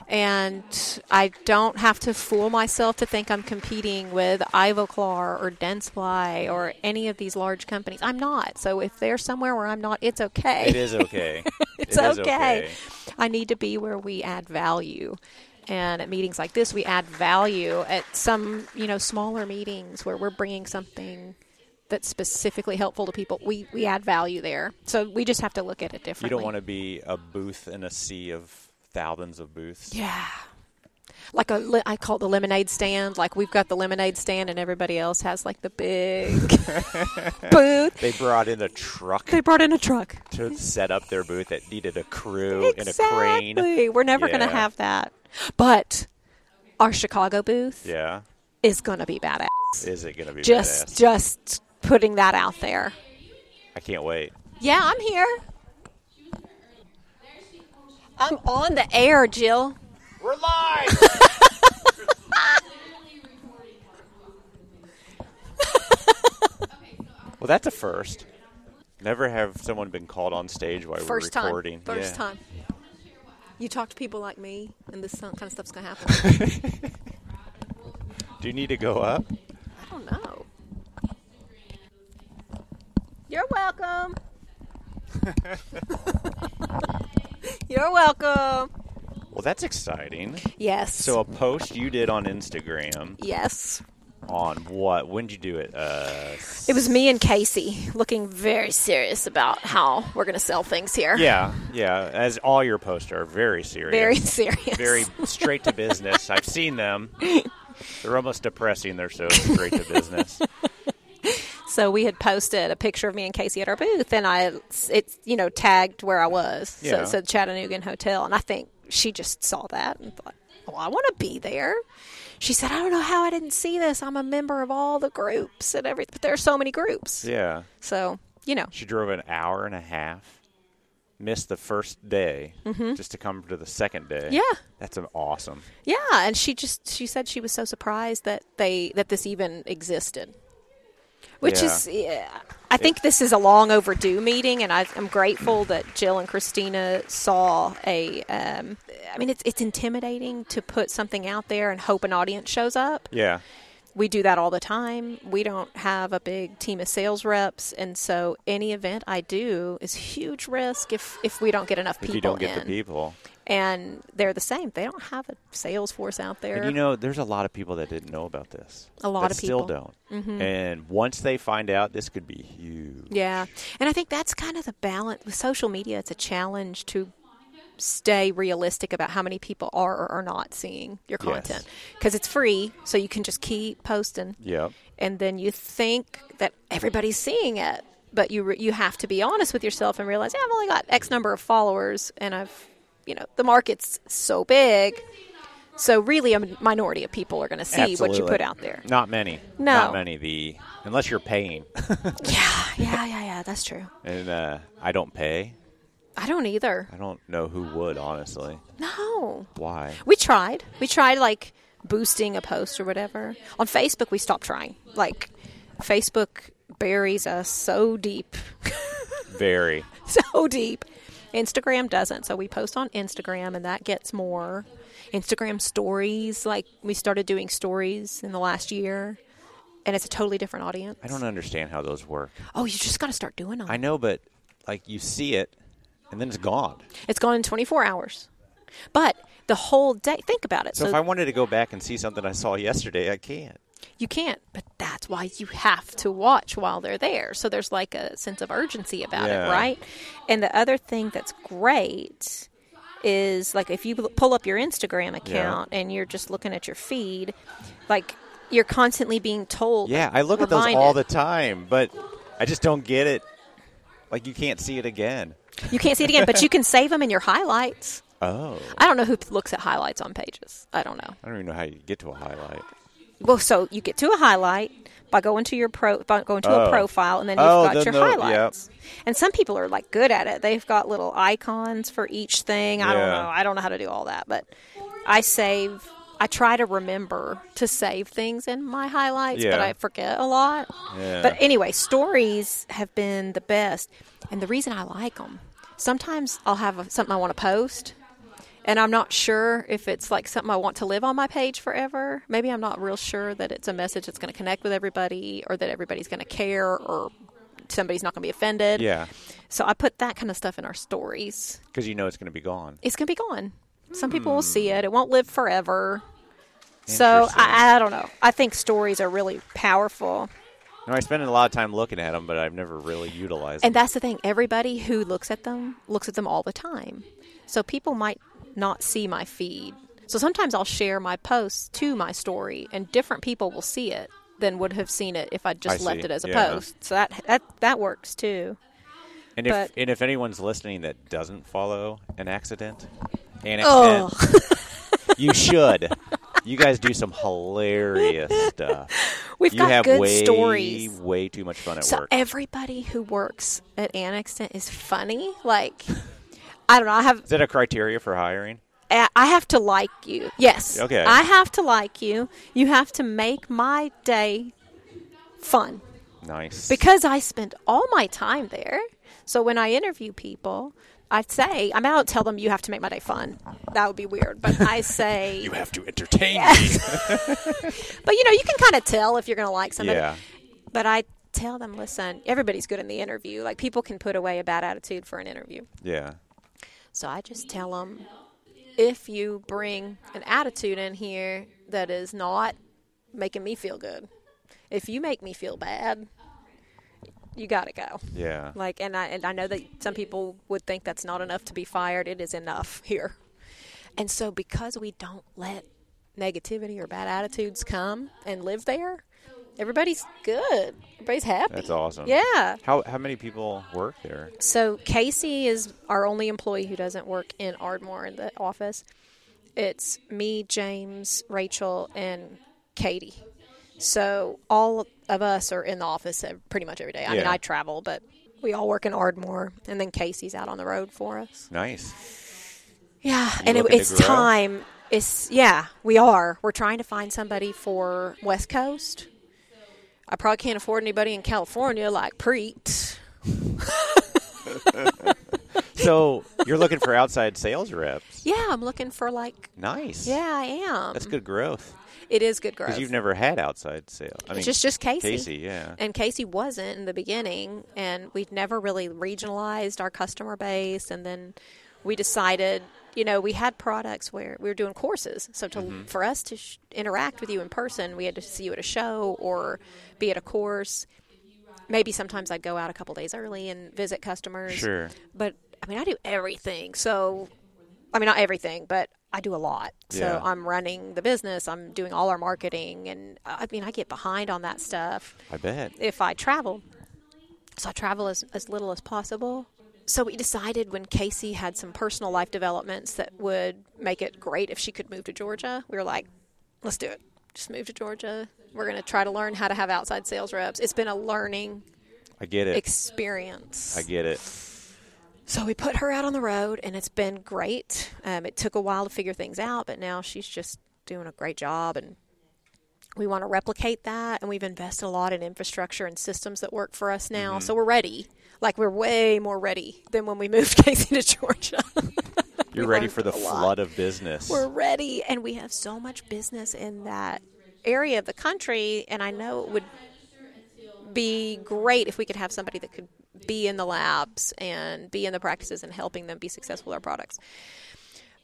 and I don't have to fool myself to think I'm competing with Ivoclar or Densefly or any of these large companies. I'm not. So if they're somewhere where I'm not, it's okay.
It is okay.
it's
It is
okay. I need to be where we add value. And at meetings like this, we add value. At some, you know, smaller meetings where we're bringing something that's specifically helpful to people, we, we add value there. So we just have to look at it
You
differently.
don't want to be a booth in a sea of thousands of booths.
Yeah. Like a, li- I call it the lemonade stand. Like we've got the lemonade stand, and everybody else has like the big booth.
They brought in a truck
They brought in a truck.
to set up their booth that needed a crew
exactly.
and a crane.
We're never going to
Yeah.
have that. But our Chicago booth
Yeah.
is going to be badass.
Is it going to be
Just,
badass?
just putting that out there.
I can't wait.
Yeah, I'm here. I'm on the air, Jill.
We're live. well, that's a first. Never have someone been called on stage while
First
we're
time.
recording.
First
Yeah.
time. You talk to people like me, and this kind of stuff's gonna happen.
Do you need to go up?
I don't know. You're welcome. You're welcome.
Well, that's exciting.
Yes.
So, uh, a post you did on Instagram
yes.
on what? When did you do it? Uh, s-
It was me and Casey looking very serious about how we're gonna sell things here.
yeah, yeah. As all your posts are very serious,
Very serious.
very straight to business. I've seen them. They're almost depressing. They're so great to business.
So we had posted a picture of me and Casey at our booth, and I it's you know tagged where I was. So
Yeah.
it said Chattanooga Hotel, and I think she just saw that and thought, "Well, I want to be there." She said, "I don't know how I didn't see this. I'm a member of all the groups and everything, but there are so many groups."
Yeah.
So you know,
She drove an hour and a half, missed the first day just to come to the second day.
Mm-hmm. Yeah.
That's an awesome.
yeah, and she just she said she was so surprised that they that this even existed. Which
Yeah.
is, yeah, I think this is a long overdue meeting, and I, I'm grateful that Jill and Christina saw a. Um, I mean, it's it's intimidating to put something out there and hope an audience shows up.
Yeah.
We do that all the time. We don't have a big team of sales reps, and so any event I do is huge risk if if we don't get enough
If
people
you don't get
in.
the people.
And they're the same. They don't have a sales force out there.
And you know, there's a lot of people that didn't know about this.
A lot
that
of
still
people. Mm-hmm.
don't. And once they find out, this could be huge.
Yeah. And I think that's kind of the balance with social media. It's a challenge to stay realistic about how many people are or are not seeing your
Yes.
content because it's free. So you can just keep posting.
Yep.
And then you think that everybody's seeing it. But you, re- you have to be honest with yourself and realize, yeah, I've only got X number of followers and I've, you know, the market's so big. So really a minority of people are going to see what you
Absolutely.
put out there.
Not many.
No.
Not many. The unless you're paying,
Yeah, yeah, yeah, yeah. That's true.
and uh, I don't pay.
I don't either.
I don't know who would honestly.
No.
Why?
We tried. We tried like boosting a post or whatever. On Facebook, we stopped trying. Like, Facebook buries us so deep,
Very.
so deep. Instagram doesn't. So we post on Instagram and that gets more. Instagram stories, like, we started doing stories in the last year. And it's a totally different audience.
I don't understand how those work.
Oh, you just got to start doing them.
I know, but like you see it, and then it's gone.
It's gone in 24 hours. But the whole day, think about it.
So, if I wanted to go back and see something I saw yesterday, I can't.
You can't, but that's why you have to watch while they're there. So there's like a sense of urgency about
Yeah.
it, right? And the other thing that's great is like if you l- pull up your Instagram account and you're just looking at your feed, like you're constantly being told.
Yeah, I look at those all the
reminded.
time, but I just don't get it. Like you can't see it again.
You can't see it again, but you can save them in your highlights.
Oh,
I don't know who looks at highlights on pages. I don't know.
I don't even know how you get to a highlight.
Well, so you get to a highlight by going to your pro, by going to
Oh.
a profile, and then you've
Oh,
got
then
your
the- yep.
highlights. And some people are like good at it. They've got little icons for each thing. I don't
Yeah.
know. I don't know how to do all that, but I save. I try to remember to save things in my highlights, but
Yeah.
I forget a lot.
Yeah.
But anyway, stories have been the best, and the reason I like them. Sometimes I'll have a, something I want to post, and I'm not sure if it's like something I want to live on my page forever. Maybe I'm not real sure that it's a message that's going to connect with everybody or that everybody's going to care or somebody's not going to be offended.
Yeah,
So I put that kind of stuff in our stories.
because you know it's going to be gone.
It's going to be gone. Some people will
Hmm.
see it. It won't live forever. So I, I don't know. I think stories are really powerful.
You know, I spend a lot of time looking at them, but I've never really utilized
And
them.
that's the thing. Everybody who looks at them looks at them all the time. So people might not see my feed. So sometimes I'll share my posts to my story, and different people will see it than would have seen it if I just
I
left
see.
it as a
Yeah.
post. So that that that works too.
And if
but-
and if anyone's listening that doesn't follow an accident, an
Oh.
accident, you should. You guys do some hilarious stuff.
We've
You
got
have
good
way,
stories.
way too much fun at
So
work.
everybody who works at Annexton is funny. Like I don't know. I have
Is that a criteria for hiring?
I I have to like you. Yes.
Okay.
I have to like you. You have to make my day fun.
Nice.
because I spend all my time there. So when I interview people, I say, I mean, I don't tell them you have to make my day fun. That would be weird. But I say,
you have to entertain me.
but you know, you can kind of tell if you're going to like somebody.
Yeah.
But I tell them, listen, everybody's good in the interview. Like people can put away a bad attitude for an interview.
Yeah.
So I just tell them if you bring an attitude in here that is not making me feel good, if you make me feel bad, you got to go.
Yeah.
Like, and I and I know that some people would think that's not enough to be fired. It is enough here, and so because we don't let negativity or bad attitudes come and live there, everybody's good. Everybody's happy.
That's awesome.
Yeah.
How how many people work there?
So Casey is our only employee who doesn't work in Ardmore in the office. It's me, James, Rachel, and Katie. So all of us are in the office uh, pretty much every day. I mean,
Yeah.
I travel, but we all work in Ardmore, and then Casey's out on the road for us.
Nice.
Yeah, and it,
looking to
it's
grow?
time. It's yeah, we are. We're trying to find somebody for West Coast. I probably can't afford anybody in California like Preet.
So you're looking for outside sales reps.
Yeah, I'm looking for like
Nice.
yeah, I am.
That's good growth
It is good growth.
because you've never had outside sales. I mean,
it's just just Casey.
Casey, yeah.
And Casey wasn't in the beginning, and we'd never really regionalized our customer base. And then we decided, you know, we had products where we were doing courses. So to
Mm-hmm.
for us to sh- interact with you in person, we had to see you at a show or be at a course. Maybe sometimes I'd go out a couple days early and visit customers.
Sure.
But I mean, I do everything. So, I mean, not everything, but I do a lot.
Yeah.
So I'm running the business. I'm doing all our marketing, and I mean, I get behind on that stuff
I bet.
if I travel. So I travel as, as little as possible. So we decided when Casey had some personal life developments that would make it great if she could move to Georgia, we were like, let's do it. Just move to Georgia. We're going to try to learn how to have outside sales reps. It's been a learning
I get it.
experience.
I get it.
So we put her out on the road, and it's been great. Um, it took a while to figure things out, but now she's just doing a great job, and we want to replicate that. And we've invested a lot in infrastructure and systems that work for us now, so we're ready. Like we're way more ready than when we moved Casey to Georgia.
You're ready
learned
for the
a lot.
flood of business.
we're ready, and we have so much business in that area of the country, and I know it would be great if we could have somebody that could be in the labs and be in the practices and helping them be successful with our products.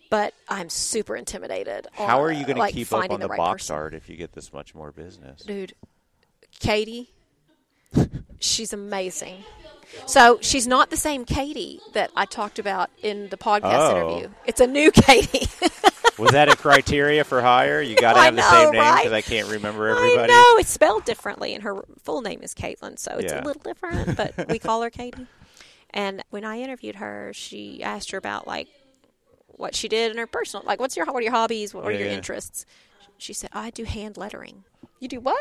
But I'm super intimidated.
How
on,
are you going to
like,
keep up
finding
on the,
right
box
person.
art if you get this much more business?
dude? Katie, she's amazing. So she's not the same Katie that I talked about in the podcast
Oh.
interview. It's a new Katie.
Was that a criteria for hire? You got to
I
have the
know,
same name
right?
because I can't remember everybody.
I know it's spelled differently, and her full name is Caitlin, so it's
Yeah.
a little different, but we call her Katie. And when I interviewed her, she asked her about like what she did in her personal, like what's your what are your hobbies, what are your
Yeah.
interests. She said, "Oh, "I do hand lettering." You do what?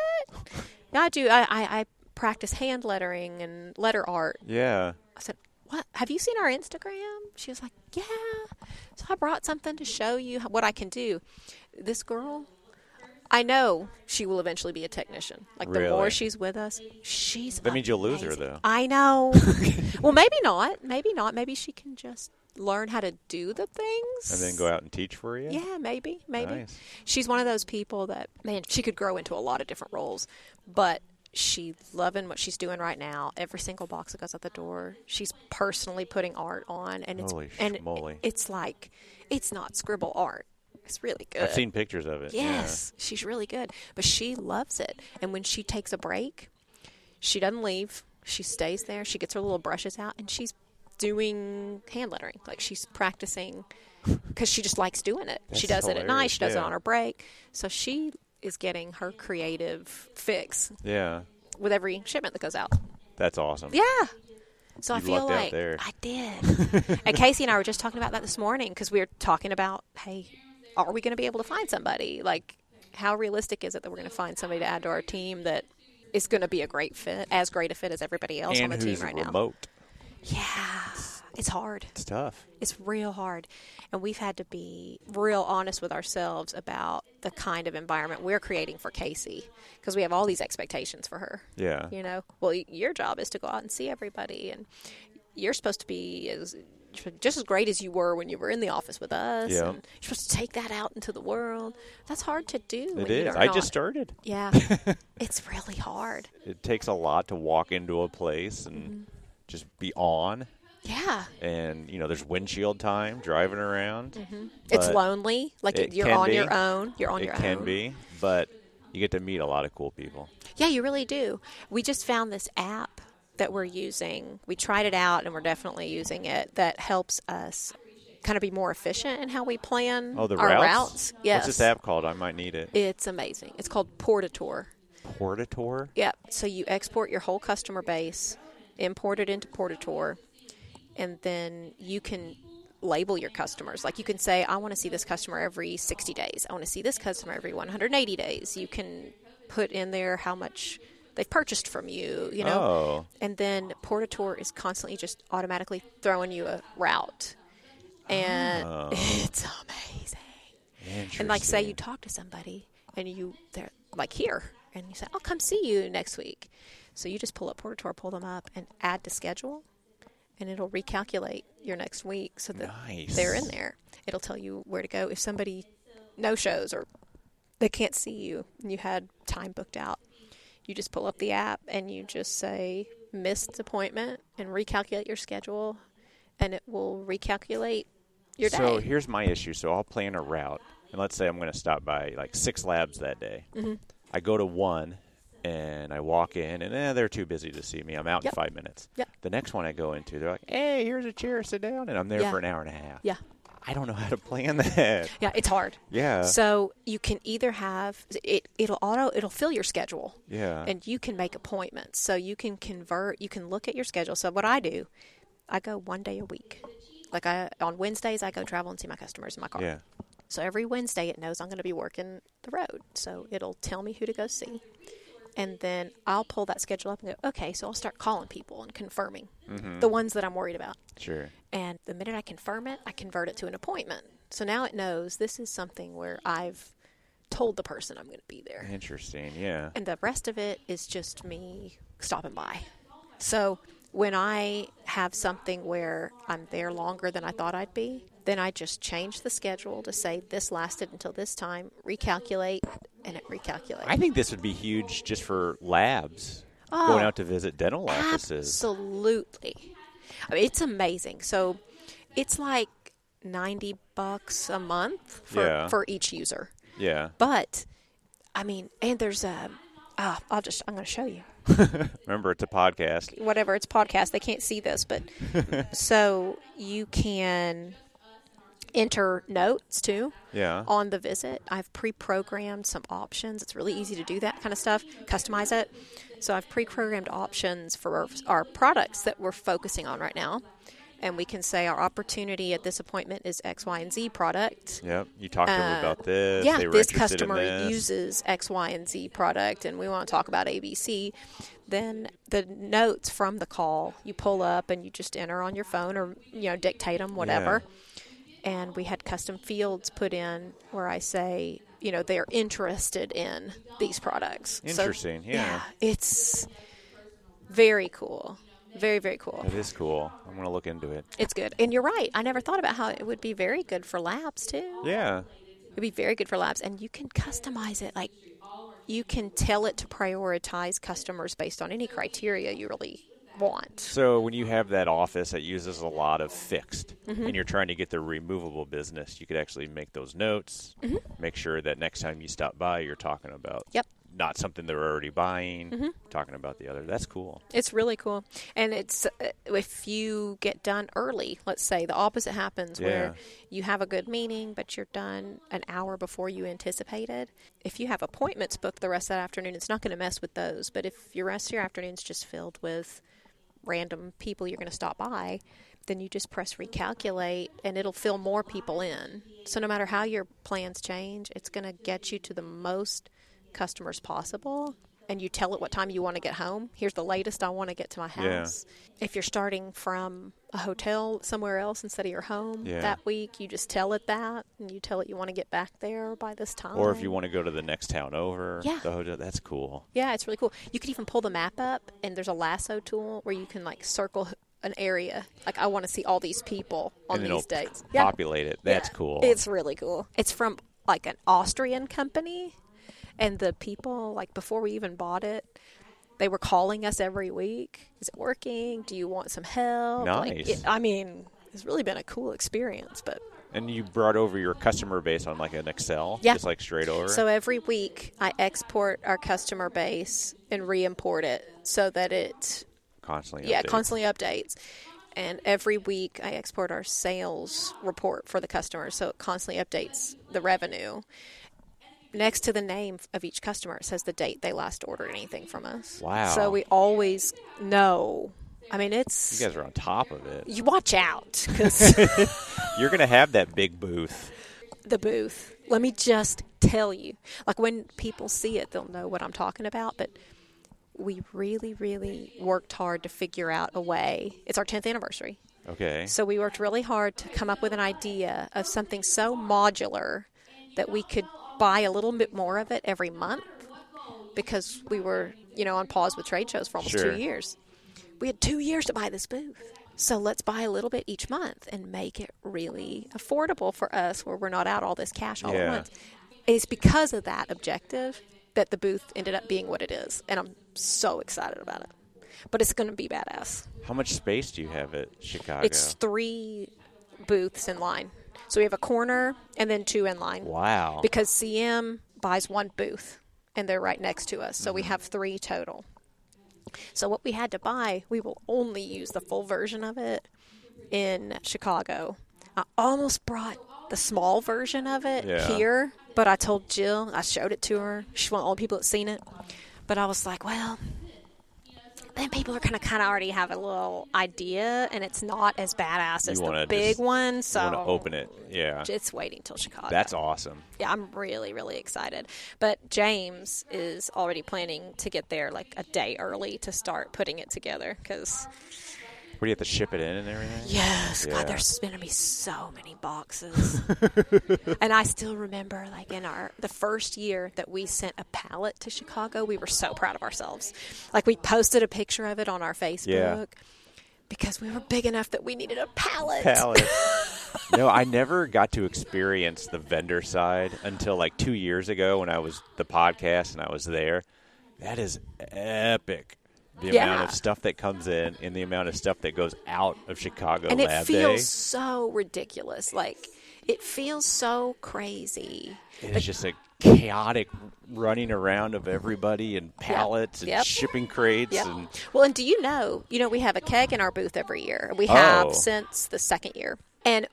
"Yeah, I do. I, I I practice hand lettering and letter art.
Yeah.
I said, "What? Have you seen our Instagram?" She was like, "Yeah." So I brought something to show you h- what I can do. This girl, I know she will eventually be a technician. Like the
Really?
more she's with us, she's.
That means you'll lose her,
amazing.
though.
I know. well, maybe not. Maybe not. Maybe she can just learn how to do the things
And then go out and teach for you?
yeah, maybe, maybe.
Nice.
She's one of those people that man, she could grow into a lot of different roles, but she's loving what she's doing right now. Every single box that goes out the door, she's personally putting art on, and it's
Holy
and
schmoly.
it's like it's not scribble art. It's really good.
I've seen pictures of it. yeah.
Uh, Yes, she's really good, but she loves it. And when she takes a break, she doesn't leave. She stays there. She gets her little brushes out, and she's doing hand lettering. Like she's practicing because she just likes doing it. she
That's
does it at night.
hilarious,
She does
yeah.
it on her break. So she is getting her creative fix
Yeah.
with every shipment that goes out.
That's awesome.
Yeah. So I
You
feel
lucked out
like
there.
I did. and Casey and I were just talking about that this morning because we were talking about, hey, are we going to be able to find somebody? Like, how realistic is it that we're going to find somebody to add to our team that is going to be a great fit, as great a fit as everybody else
And
on the team
who's
right now?
remote.
Yeah, it's hard.
It's tough.
It's real hard. And we've had to be real honest with ourselves about the kind of environment we're creating for Casey because we have all these expectations for her.
Yeah.
You know, well, y- your job is to go out and see everybody, and you're supposed to be as just as great as you were when you were in the office with us.
Yeah.
and you're supposed to take that out into the world. That's hard to do. when
It
you
is.
are
I
not-
just started.
Yeah. it's really hard.
It takes a lot to walk into a place and
Mm-hmm.
just be on.
Yeah.
And, you know, there's windshield time driving around.
It's
But
lonely. Like
it
you're
can
on
be.
your own. You're on
It
your own.
can be, but you get to meet a lot of cool people.
Yeah, you really do. We just found this app that we're using. We tried it out and we're definitely using it that helps us kind of be more efficient in how we plan
Oh, the
our
routes.
Yes.
What's this app called? I might need it.
It's amazing. It's called Portator.
Portator.
Yep. So you export your whole customer base, import it into Portator, and then you can label your customers. Like you can say, I want to see this customer every 60 days. I want to see this customer every 180 days. You can put in there how much they've purchased from you, you know?
Oh.
And then Portator is constantly just automatically throwing you a route. And it's amazing. And like say you talk to somebody and you they're like here and you say, I'll come see you next week. So you just pull up Portator, pull them up and add to schedule and it'll recalculate your next week so that
Nice.
they're in there. It'll tell you where to go. If somebody no shows or they can't see you and you had time booked out, you just pull up the app and you just say missed appointment and recalculate your schedule and it will recalculate your day.
So here's my issue. So I'll plan a route, and let's say I'm going to stop by like six labs that day.
Mm-hmm.
I go to one, and I walk in, and eh, they're too busy to see me. I'm out
Yep.
in five minutes.
Yep.
The next one I go into, they're like, "Hey, here's a chair, sit down," and I'm there
Yeah.
for an hour and a half.
yeah.
I don't know how to plan that.
Yeah, it's hard.
Yeah.
So you can either have it it'll auto it'll fill your schedule.
Yeah.
And you can make appointments. So you can convert you can look at your schedule. So what I do, I go one day a week. Like I on Wednesdays I go travel and see my customers in my car.
yeah.
So every Wednesday it knows I'm going to be working the road. So it'll tell me who to go see. And then I'll pull that schedule up and go, okay, so I'll start calling people and confirming
Mm-hmm.
the ones that I'm worried about.
Sure.
And the minute I confirm it, I convert it to an appointment. So now it knows this is something where I've told the person I'm going to be there.
Interesting. Yeah.
And the rest of it is just me stopping by. So when I have something where I'm there longer than I thought I'd be, then I just change the schedule to say this lasted until this time, recalculate, and it recalculates.
I think this would be huge just for labs
Ah.
going out to visit dental offices.
Absolutely. I mean, it's amazing. So it's like 90 bucks a month for,
Yeah.
for each user.
Yeah.
But I mean, and there's a, oh, I'll just, I'm going to show you.
Remember, it's a podcast.
Whatever, it's podcast. They can't see this, but so you can enter notes too
Yeah.
on the visit. I've pre-programmed some options. It's really easy to do that kind of stuff, customize it. So I've pre-programmed options for our, our products that we're focusing on right now. And we can say our opportunity at this appointment is X, Y, and Z product.
Yep. You talked to them
Uh,
about this.
yeah,
they were
this
interested in
customer
this.
uses X, Y, and Z product, and we want to talk about ABC. Then the notes from the call you pull up and you just enter on your phone or you know dictate them, whatever. And we had custom fields put in where I say you know they're interested in these products. So,
Interesting, yeah.
it's very cool, very very cool.
That is cool. I'm gonna look into it.
It's good, and you're right. I never thought about how it would be very good for labs too.
Yeah.
It'd be very good for labs, and you can customize it. Like you can tell it to prioritize customers based on any criteria you really want.
So when you have that office that uses a lot of fixed,
Mm-hmm.
and you're trying to get the removable business, you could actually make those notes. Make sure that next time you stop by, you're talking about
Mm-hmm. Yep. Mm-hmm.
not something they're already buying. Talking about the other. That's cool.
It's really cool, and it's uh, if you get done early. Let's say the opposite happens where
Yeah.
you have a good meeting, but you're done an hour before you anticipated. If you have appointments booked the rest of that afternoon, it's not going to mess with those. But if your rest of your afternoon's just filled with random people you're going to stop by, then you just press recalculate and it'll fill more people in. So no matter how your plans change, it's going to get you to the most customers possible. And you tell it what time you want to get home. Here's the latest I want to get to my
Yeah.
house. If you're starting from a hotel somewhere else instead of your home
Yeah.
that week, you just tell it that and you tell it you want to get back there by this time.
Or if you want to go to the next town over,
Yeah.
the hotel. That's cool.
Yeah, it's really cool. You can even pull the map up, and there's a lasso tool where you can like circle an area. Like I want to see all these people on
and then
these
it'll p-
dates. Yeah.
populate it. That's
Yeah.
cool.
It's really cool. It's from like an Austrian company, and the people like before we even bought it. They were calling us every week. Is it working? Do you want some help? Like,
Nice.
it- I mean, it's really been a cool experience, but
and you brought over your customer base on like an Excel,
Yeah.
just like straight over.
So every week I export our customer base and re-import it so that it
constantly.
yeah
updates.
constantly updates and every week I export our sales report for the customer, so it constantly updates the revenue. Next to the name of each customer, it says the date they last ordered anything from us.
Wow.
So we always know. I mean, it's
You guys are on top of it.
you watch out because
You're going to have that big booth.
the booth. Let me just tell you. Like when people see it, they'll know what I'm talking about, but we really, really worked hard to figure out a way. It's our 10th anniversary.
Okay.
So we worked really hard to come up with an idea of something so modular that we could buy a little bit more of it every month because we were, you know, on pause with trade shows for almost
Sure.
two years. We had two years to buy this booth. So let's buy a little bit each month and make it really affordable for us where we're not out all this cash all
Yeah.
at once. It's because of that objective that the booth ended up being what it is. And I'm so excited about it. But it's going to be badass.
How much space do you have at Chicago?
It's three booths in line. So we have a corner and then two in line.
wow.
Because CM buys one booth and they're right next to us. So we
Mm-hmm.
have three total. So what we had to buy, we will only use the full version of it in Chicago. I almost brought the small version of it
Yeah.
here, but I told Jill, I showed it to her. She's one of the only people that's seen it. But I was like, well, then people are going to kind of already have a little idea, and it's not as badass as
wanna
the
just-
big one. So
you want to open it. Yeah.
um, It's waiting till Chicago.
That's awesome.
Yeah, I'm really, really excited. But James is already planning to get there like a day early to start putting it together because,
What do you have to ship it in and everything?
yes,
Yeah.
God, there's going to be so many boxes. and I still remember like in our, the first year that we sent a pallet to Chicago, we were so proud of ourselves. Like we posted a picture of it on our Facebook because we were big enough that we needed a pallet.
palette. no, I never got to experience the vendor side until like two years ago when I was the podcast and I was there. That is epic. The amount
Yeah.
of stuff that comes in and the amount of stuff that goes out of Chicago
and
Lab
it feels
Day.
so ridiculous. Like it feels so crazy.
It is just a chaotic running around of everybody and pallets and
Yep.
shipping crates
Yep.
and
Well, and do you know? You know, we have a keg in our booth every year. We have
Oh.
since the second year, and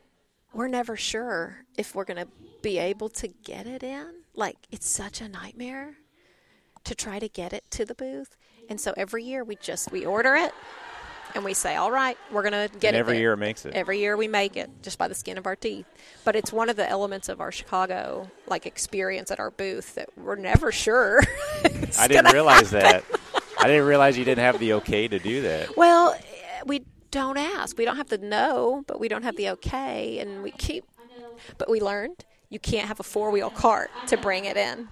we're never sure if we're going to be able to get it in. Like it's such a nightmare to try to get it to the booth, and so every year we just we order it. And we say, all right, we're going to get
And
it.
every
there."
year it makes it.
Every year we make it just by the skin of our teeth. But it's one of the elements of our Chicago like experience at our booth that we're never sure. it's
I didn't
gonna
realize that. I didn't realize you didn't have the okay to do that.
Well, eh, we don't ask. We don't have the no, but we don't have the okay, and we keep. But we learned you can't have a four-wheel cart to bring it in.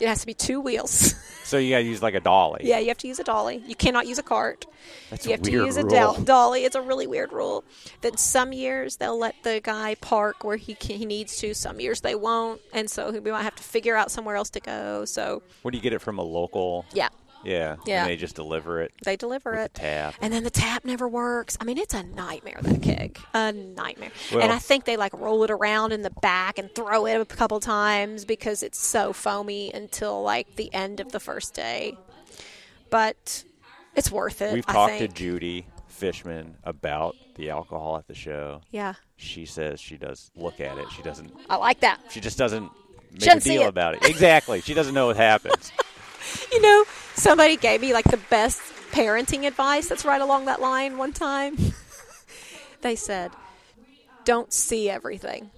It has to be two wheels.
So you got to use like a dolly.
yeah, you have to use a dolly. You cannot use a cart.
That's
you
a
have to
weird
use a
rule.
dol- dolly. It's a really weird rule. Then some years they'll let the guy park where he can, he needs to. Some years they won't, and so we might have to figure out somewhere else to go. So
What do you get it from a local?
yeah.
Yeah.
Yeah.
And they just deliver it.
They deliver
With
it.
the tap.
And then the tap never works. I mean, it's a nightmare, that keg. A nightmare.
Well-
and I think they like roll it around in the back and throw it a couple times because it's so foamy until like the end of the first day. But it's worth it.
We've
I
talked to
think.
Judy Fishman about the alcohol at the show.
Yeah.
She says she does look at it. She doesn't.
I like that.
She just doesn't make
doesn't
a
see
deal
it.
about it. Exactly. She doesn't know what happens.
You know, somebody gave me like the best parenting advice that's right along that line one time. they said, don't see everything.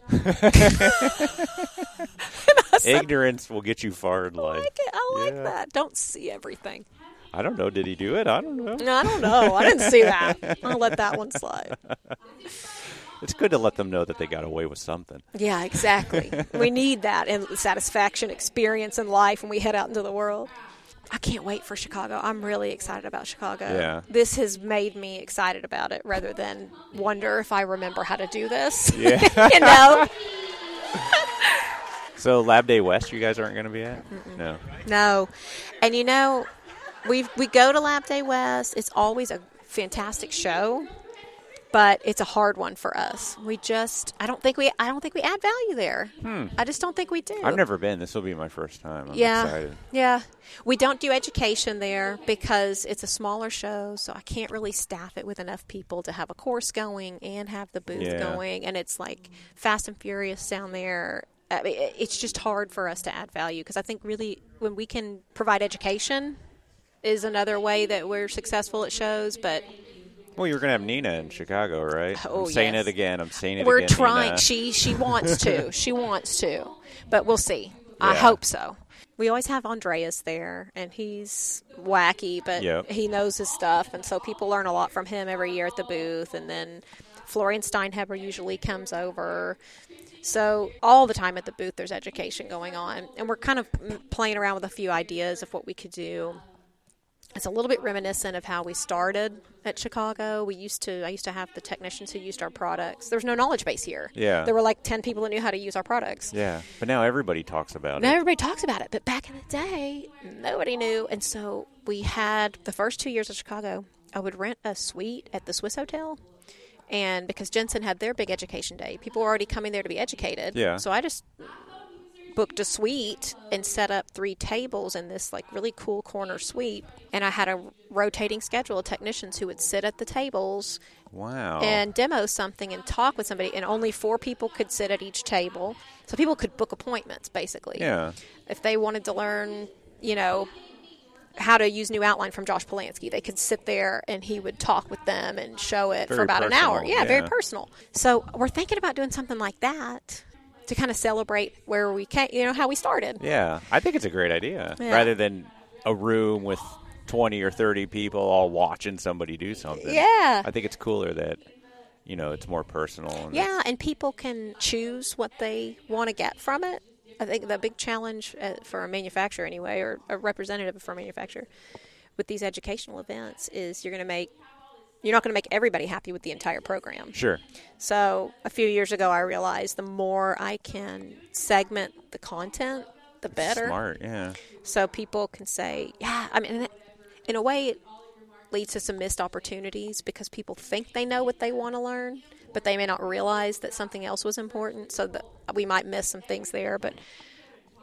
Ignorance will get you far
Oh
in life.
I like
Yeah.
that. Don't see everything.
I don't know. Did he do it? I don't know.
No, I don't know. I didn't see that. I'll let that one slide.
It's good to let them know that they got away with something.
Yeah, exactly. we need that and satisfaction experience in life when we head out into the world. I can't wait for Chicago. I'm really excited about Chicago.
Yeah.
This has made me excited about it rather than wonder if I remember how to do this.
Yeah.
you know?
So Lab Day West, you guys aren't going to be at? No.
No. And you know, we we go to Lab Day West. It's always a fantastic show. but it's a hard one for us. We just I don't think we I don't think we add value there. I just don't think we do.
Hmm. I've never been. This will be my first time. I'm
yeah.
excited.
Yeah. We don't do education there because it's a smaller show, so I can't really staff it with enough people to have a course going and have the booth
Yeah.
going. And it's like fast and furious down there. I mean, it- it's just hard for us to add value because I think really when we can provide education is another way that we're successful at shows, but
Well, you were gonna have Nina in Chicago, right?
Oh,
I'm saying
yes.
it again. I'm saying it
we're
again.
trying.
Nina.
She she wants to. she wants to. But we'll see. I
Yeah.
hope so. We always have Andreas there, and he's wacky, but
Yep.
he knows his stuff, and so people learn a lot from him every year at the booth. And then Florian Steinheber usually comes over. So all the time at the booth, there's education going on, and we're kind of mm, playing around with a few ideas of what we could do it's a little bit reminiscent of how we started at Chicago. We used to I used to have the technicians who used our products. There was no knowledge base here.
Yeah.
There were like ten people who knew how to use our products.
Yeah, but now everybody talks about
Now
it.
everybody talks about it, but back in the day, nobody knew. And so we had the first two years of Chicago, I would rent a suite at the Swiss Hotel. And because Jensen had their big education day, people were already coming there to be educated.
Yeah.
So I just booked a suite and set up three tables in this like really cool corner suite. And I had a rotating schedule of technicians who would sit at the tables
Wow.
and demo something and talk with somebody. And only four people could sit at each table. So people could book appointments basically
yeah.
if they wanted to learn, you know, how to use new outline from Josh Polanski, they could sit there and he would talk with them and show it for
Very
about an hour.
personal,
Yeah, very
yeah.
personal. So we're thinking about doing something like that to kind of celebrate where we came, you know, how we started.
Yeah, I think it's a great idea.
Yeah.
Rather than a room with twenty or thirty people all watching somebody do something.
Yeah.
I think it's cooler that you know it's more personal. And
Yeah, and people can choose what they want to get from it. I think the big challenge uh, for a manufacturer, anyway, or a representative for a manufacturer, with these educational events is you're going to make you're not going to make everybody happy with the entire program.
Sure.
So a few years ago, I realized the more I can segment the content, the better.
Smart. Yeah.
So people can say, yeah. I mean, in a way, it leads to some missed opportunities because people think they know what they want to learn, but they may not realize that something else was important. So that we might miss some things there. But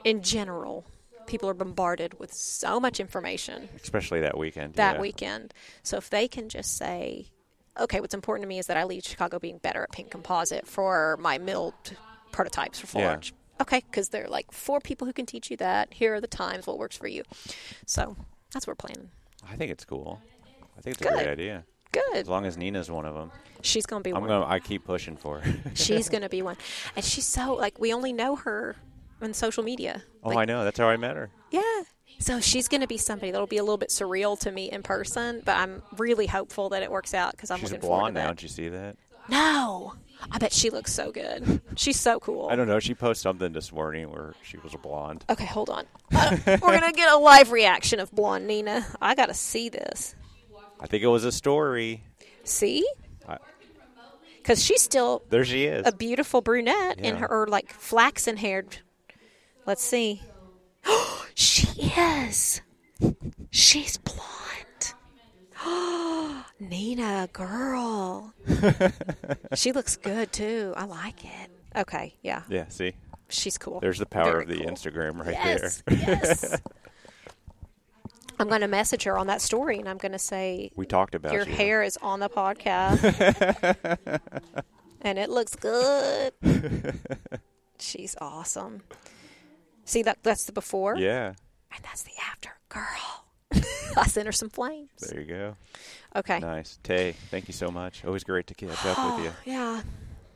in general, people are bombarded with so much information
Especially that weekend.
that
yeah.
weekend. So if they can just say, okay, what's important to me is that I leave Chicago being better at paint composite for my milled prototypes for
Yeah.
Forge. Okay, because there are like four people who can teach you that. Here are the times, what works for you. So that's what we're planning.
I think it's cool. I think it's a
Good.
great idea.
Good.
As long as Nina's one of them,
She's going to be
I'm
one.
gonna. I keep pushing for. her.
She's going to be one. And she's so, like, we only know her on social media.
oh,
Like,
I know. That's how I met her.
Yeah. So she's going to be somebody that'll be a little bit surreal to meet in person, but I'm really hopeful that it works out because I'm
She's
looking forward to
blonde now.
that.
Did you see that?
No. I bet she looks so good. She's so cool.
I don't know. She posted something this morning where she was a blonde.
Okay, hold on. Uh, we're going to get a live reaction of Blonde Nina. I got to see this.
I think it was a story.
See?
I-
Because she's still
There she is.
a beautiful brunette in
Yeah.
her, or like flaxen haired. Let's see. she is. She's blonde. Nina, girl. she looks good too. I like it. Okay, yeah.
yeah. See,
She's cool.
there's the power
Very
of the
cool.
Instagram right
Yes,
there.
yes. I'm going to message her on that story, and I'm going to say,
We talked about
"Your
you.
hair is on the podcast, and it looks good." She's awesome. See that? That's the before,
Yeah.
and that's the after. Girl, I sent her some flames.
There you go.
Okay.
Nice. Tay, thank you so much. Always great to catch up with you.
Yeah.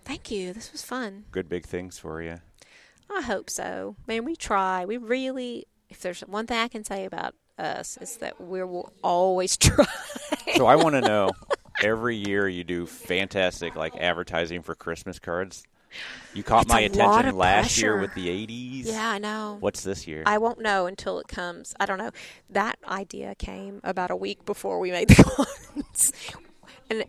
Thank you. This was fun.
Good big things for you.
I hope so. Man, we try. We really. If there's one thing I can say about us is that we will always try.
So I want to know every year you do fantastic like advertising for Christmas cards. You caught
It's
my
a lot
attention
of
last year
pressure.
with the 80s.
yeah, I know.
What's this year?
I won't know until it comes. I don't know. That idea came about a week before we made the cons, and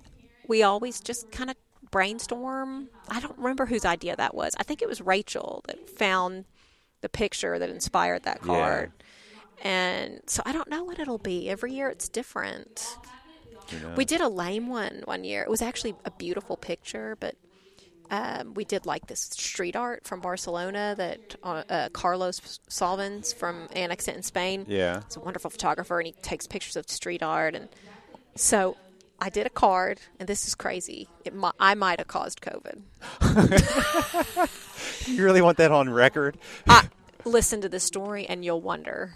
we always just kind of brainstorm. I don't remember whose idea that was. I think it was Rachel that found the picture that inspired that card. And so I don't know what it'll be. Every year it's different. We did a lame one one year. It was actually a beautiful picture, but um, we did like this street art from Barcelona that uh, uh, Carlos Solvens from Annexit in Spain.
Yeah.
he's a wonderful photographer, and he takes pictures of street art. And so, I did a card, and this is crazy. It mi- I might have caused COVID.
You really want that on record?
I, listen to this story and you'll wonder.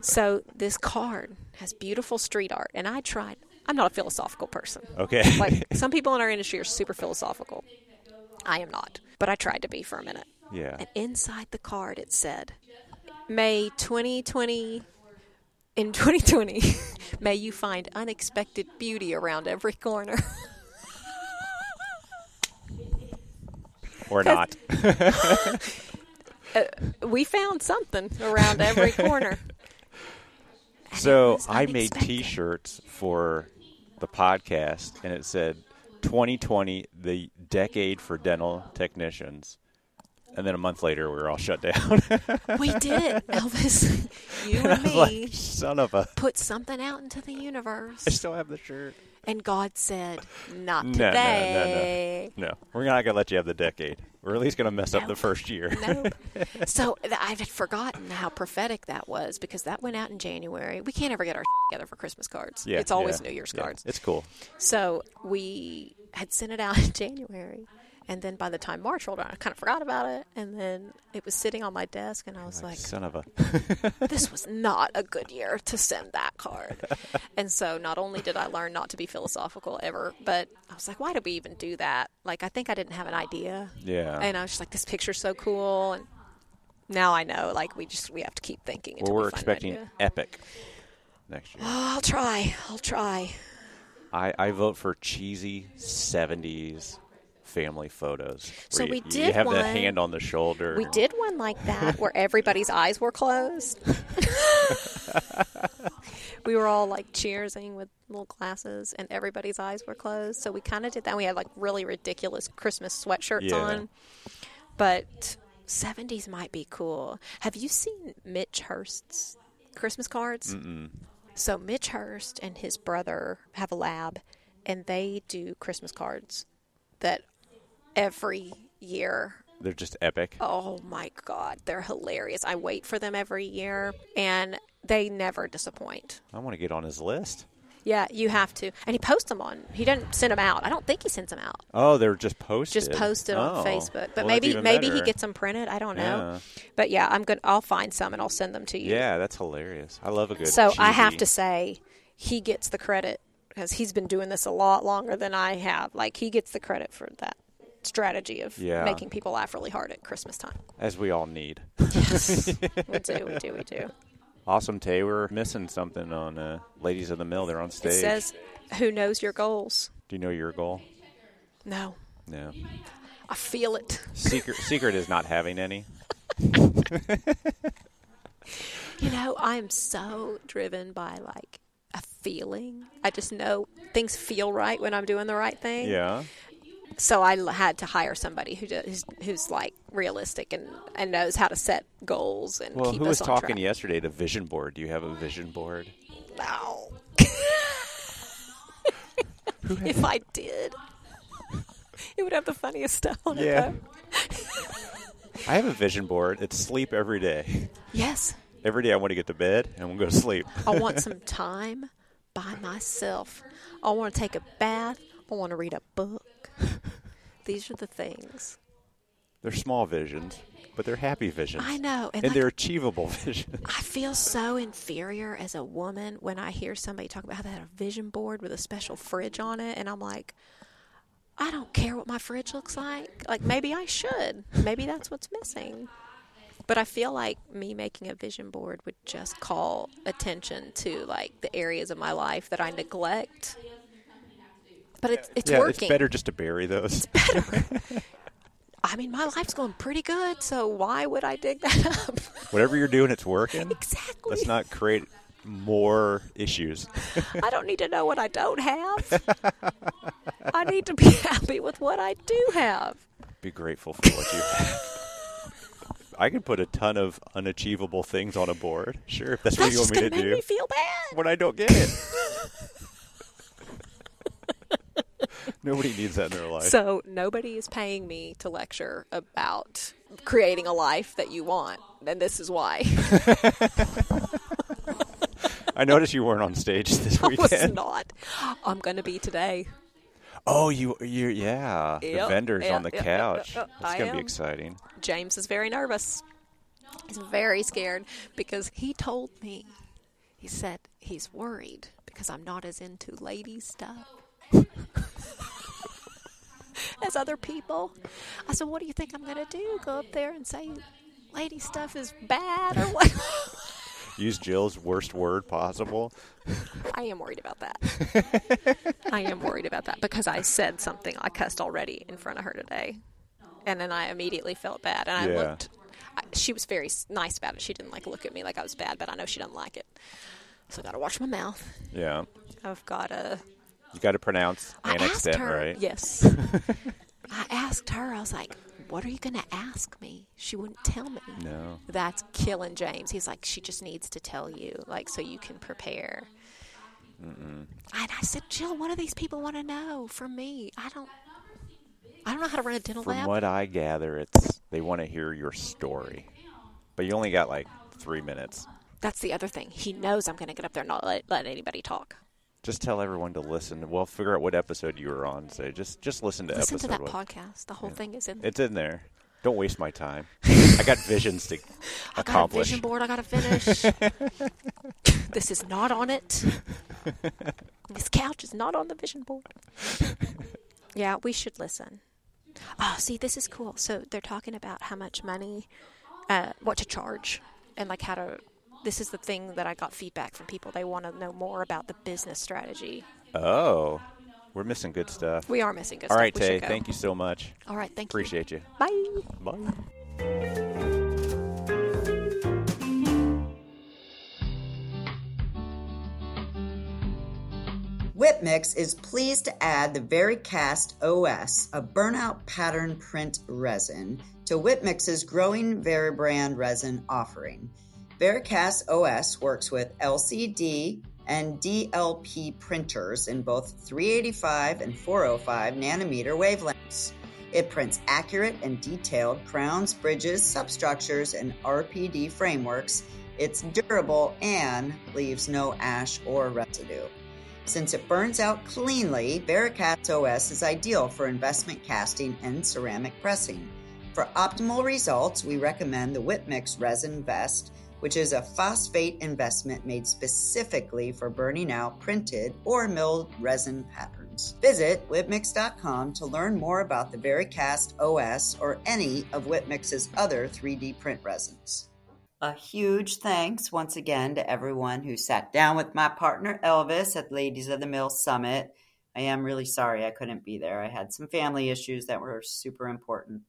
So this card has beautiful street art, and I tried. I'm not a philosophical person.
Okay.
Like some people in our industry are super philosophical. I am not, but I tried to be for a minute.
Yeah.
And inside the card, it said, "May 2020." In 2020, may you find unexpected beauty around every corner.
Or not.
we found something around every corner. And it
So
was
I made
unexpected.
t shirts for the podcast, and it said 2020, the decade for dental technicians. And then a month later, we were all shut down.
We did it, Elvis. you
I
and
was
me
like, son of a.
put something out into the universe,
I still have the shirt.
and God said, "Not
No, no,
today."
no, no. No. We're not going to let you have the decade. We're at least going to mess up
No.
the first year.
No. So th- I had forgotten how prophetic that was because that went out in January. We can't ever get our together for Christmas cards.
Yeah,
it's always
yeah,
New Year's
yeah.
cards.
It's cool.
So we had sent it out in January. And then by the time March rolled around, I kind of forgot about it. And then it was sitting on my desk, and I was like,
Son of a.
this was not a good year to send that card. and so not only did I learn not to be philosophical ever, but I was like, why did we even do that? Like, I think I didn't have an idea.
Yeah.
And I was just like, this picture's so cool. And now I know, like, we just, we have to keep thinking.
Well,
Until
we're
we find an
expecting
idea.
epic next year.
I'll try. I'll try.
I, I vote for cheesy '70s family photos.
So
where you,
we
you
did
have the
one.
hand on the shoulder.
We did one like that where everybody's eyes were closed. we were all like cheersing with little glasses, and everybody's eyes were closed. So we kind of did that. We had like really ridiculous Christmas sweatshirts
Yeah.
on. But 70s might be cool. Have you seen Mitch Hurst's Christmas cards? Mm-mm. So Mitch Hurst and his brother have a lab, and they do Christmas cards that every year
They're just epic.
Oh my God, they're hilarious. I wait for them every year and they never disappoint.
I want to get on his list.
Yeah, you have to. And he posts them on, he doesn't send them out. I don't think he sends them out.
Oh, they're just posted.
Just posted on
Oh.
Facebook, but
Well, that's
maybe
even
maybe he
better.
gets them printed. I don't know,
Yeah.
but yeah, I'm gonna I'll find some and I'll send them to you.
Yeah, that's hilarious. I love a good.
So I have
cheesy-
to say, he gets the credit because he's been doing this a lot longer than I have. Like he gets the credit for that strategy of
Yeah.
making people laugh really hard at Christmas time.
as we all need.
We do, we do, we do.
awesome, Tay. We're missing something on uh, Ladies of the Mill. They're on stage.
It says, "Who knows your goals?"
Do you know your goal?
No,
No.
I feel it.
Secret. secret is not having any.
You know, I am so driven by like a feeling. I just know things feel right when I'm doing the right thing.
Yeah.
So I l- had to hire somebody who does, who's, who's like realistic and, and knows how to set goals and
Well,
keep
who was
us on
talking
track.
yesterday? The vision board. Do you have a vision board?
No. if I did, it would have the funniest stuff on it.
Yeah.
though.
I have a vision board. It's sleep every day.
Yes.
Every day I want to get to bed and I'm going to sleep.
I want some time by myself. I want to take a bath. I want to read a book. These are the things.
They're small visions, but they're happy visions.
I know,
And,
and like-
they're achievable visions.
I feel so inferior as a woman when I hear somebody talk about how they had a vision board with a special fridge on it. And I'm like, I don't care what my fridge looks like. Like, maybe I should. Maybe that's what's missing. But I feel like me making a vision board would just call attention to like the areas of my life that I neglect. But it's, it's
yeah,
working.
it's better just to bury those.
I mean, my life's going pretty good, so why would I dig that up?
Whatever you're doing, it's working.
exactly.
Let's not create more issues.
I don't need to know what I don't have. I need to be happy with what I do have.
Be grateful for what you have. I could put a ton of unachievable things on a board. Sure, if that's what
That's
you want me
just going
to
to make
do.
me feel bad.
when I don't get it.
Nobody needs that in their life.
So nobody is paying me to lecture about creating a life that you want, and this is why
I noticed you weren't on stage this
I was
weekend.
not. I'm going to be today.
Oh, you, you, yeah. the
Yep,
vendors
yep,
on the
yep, yep,
couch.
yep, yep.
That's
I
gonna be
am.
exciting.
James is very nervous. He's very scared because he told me, he said he's worried because I'm not as into lady stuff as other people. I said, What do you think I'm going to do? Go up there and say lady stuff is bad or what?
Use Jill's worst word possible.
I am worried about that. I am worried about that because I said something. I cussed already in front of her today, and then I immediately felt bad. And I
Yeah.
looked. I, she was very s- nice about it. She didn't like look at me like I was bad, but I know she doesn't like it. So I got to watch my mouth.
Yeah.
I've got to.
You got to pronounce
I
an
asked
extent,
her.
right?
Yes. I asked her. I was like, "What are you going to ask me?" She wouldn't tell me.
No.
That's killing James. He's like, she just needs to tell you, like, so you can prepare. And I said, Jill, what do these people want to know from me? I don't, I don't know how to run a dental
From
lab.
what I gather, it's they want to hear your story, but you only got like three minutes.
That's the other thing. He knows I'm going to get up there and not let, let anybody talk.
Just tell everyone to listen. Well, figure out what episode you were on. Say just just listen to
Listen to
episode
that
one.
podcast. The whole thing is in.
It's in there. Don't waste my time. I got visions to
I got a
accomplish.
vision board. I got to finish. this is not on it. this couch is not on the vision board. yeah, we should listen. Oh, see, this is cool. So they're talking about how much money, uh, what to charge, and like how to. This is the thing that I got feedback from people. They want to know more about the business strategy.
Oh, we're missing good stuff.
We are missing good
All
stuff.
right,
We should
Tay.
go.
Thank you so much.
All right, thank
Appreciate you.
you. Bye.
Bye.
Whipmix is pleased to add the VeriCast OS, a burnout pattern print resin, to Whipmix's growing VeriBrand resin offering. VeriCast OS works with LCD and DLP printers in both 385 and 405 nanometer wavelengths. It prints accurate and detailed crowns, bridges, substructures, and RPD frameworks. It's durable and leaves no ash or residue. Since it burns out cleanly, Veracast OS is ideal for investment casting and ceramic pressing. For optimal results, we recommend the Whitmix Resin Vest, which is a phosphate investment made specifically for burning out printed or milled resin patterns. Visit whitmix.com to learn more about the Veracast OS or any of Whitmix's other 3D print resins. A huge thanks once again to everyone who sat down with my partner Elvis at Ladies of the Mill Summit. I am really sorry I couldn't be there. I had some family issues that were super important.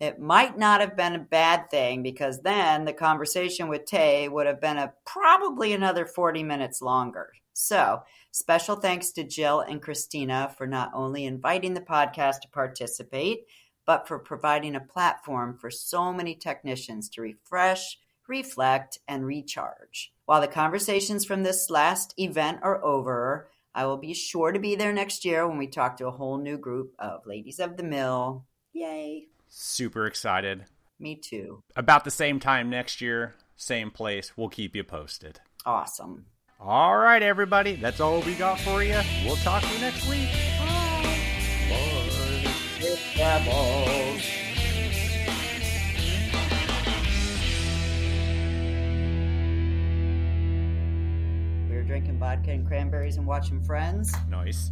It might not have been a bad thing because then the conversation with Tay would have been a probably another 40 minutes longer. So, special thanks to Jill and Christina for not only inviting the podcast to participate, but for providing a platform for so many technicians to refresh, reflect, and recharge. While the conversations from this last event are over, I will be sure to be there next year when we talk to a whole new group of ladies of the mill. Yay!
Super excited.
Me too.
About the same time next year, same place. We'll keep you posted.
Awesome.
All right, everybody. That's all we got for you. We'll talk to you next week.
With Devils. We were drinking vodka and cranberries and watching Friends.
Nice.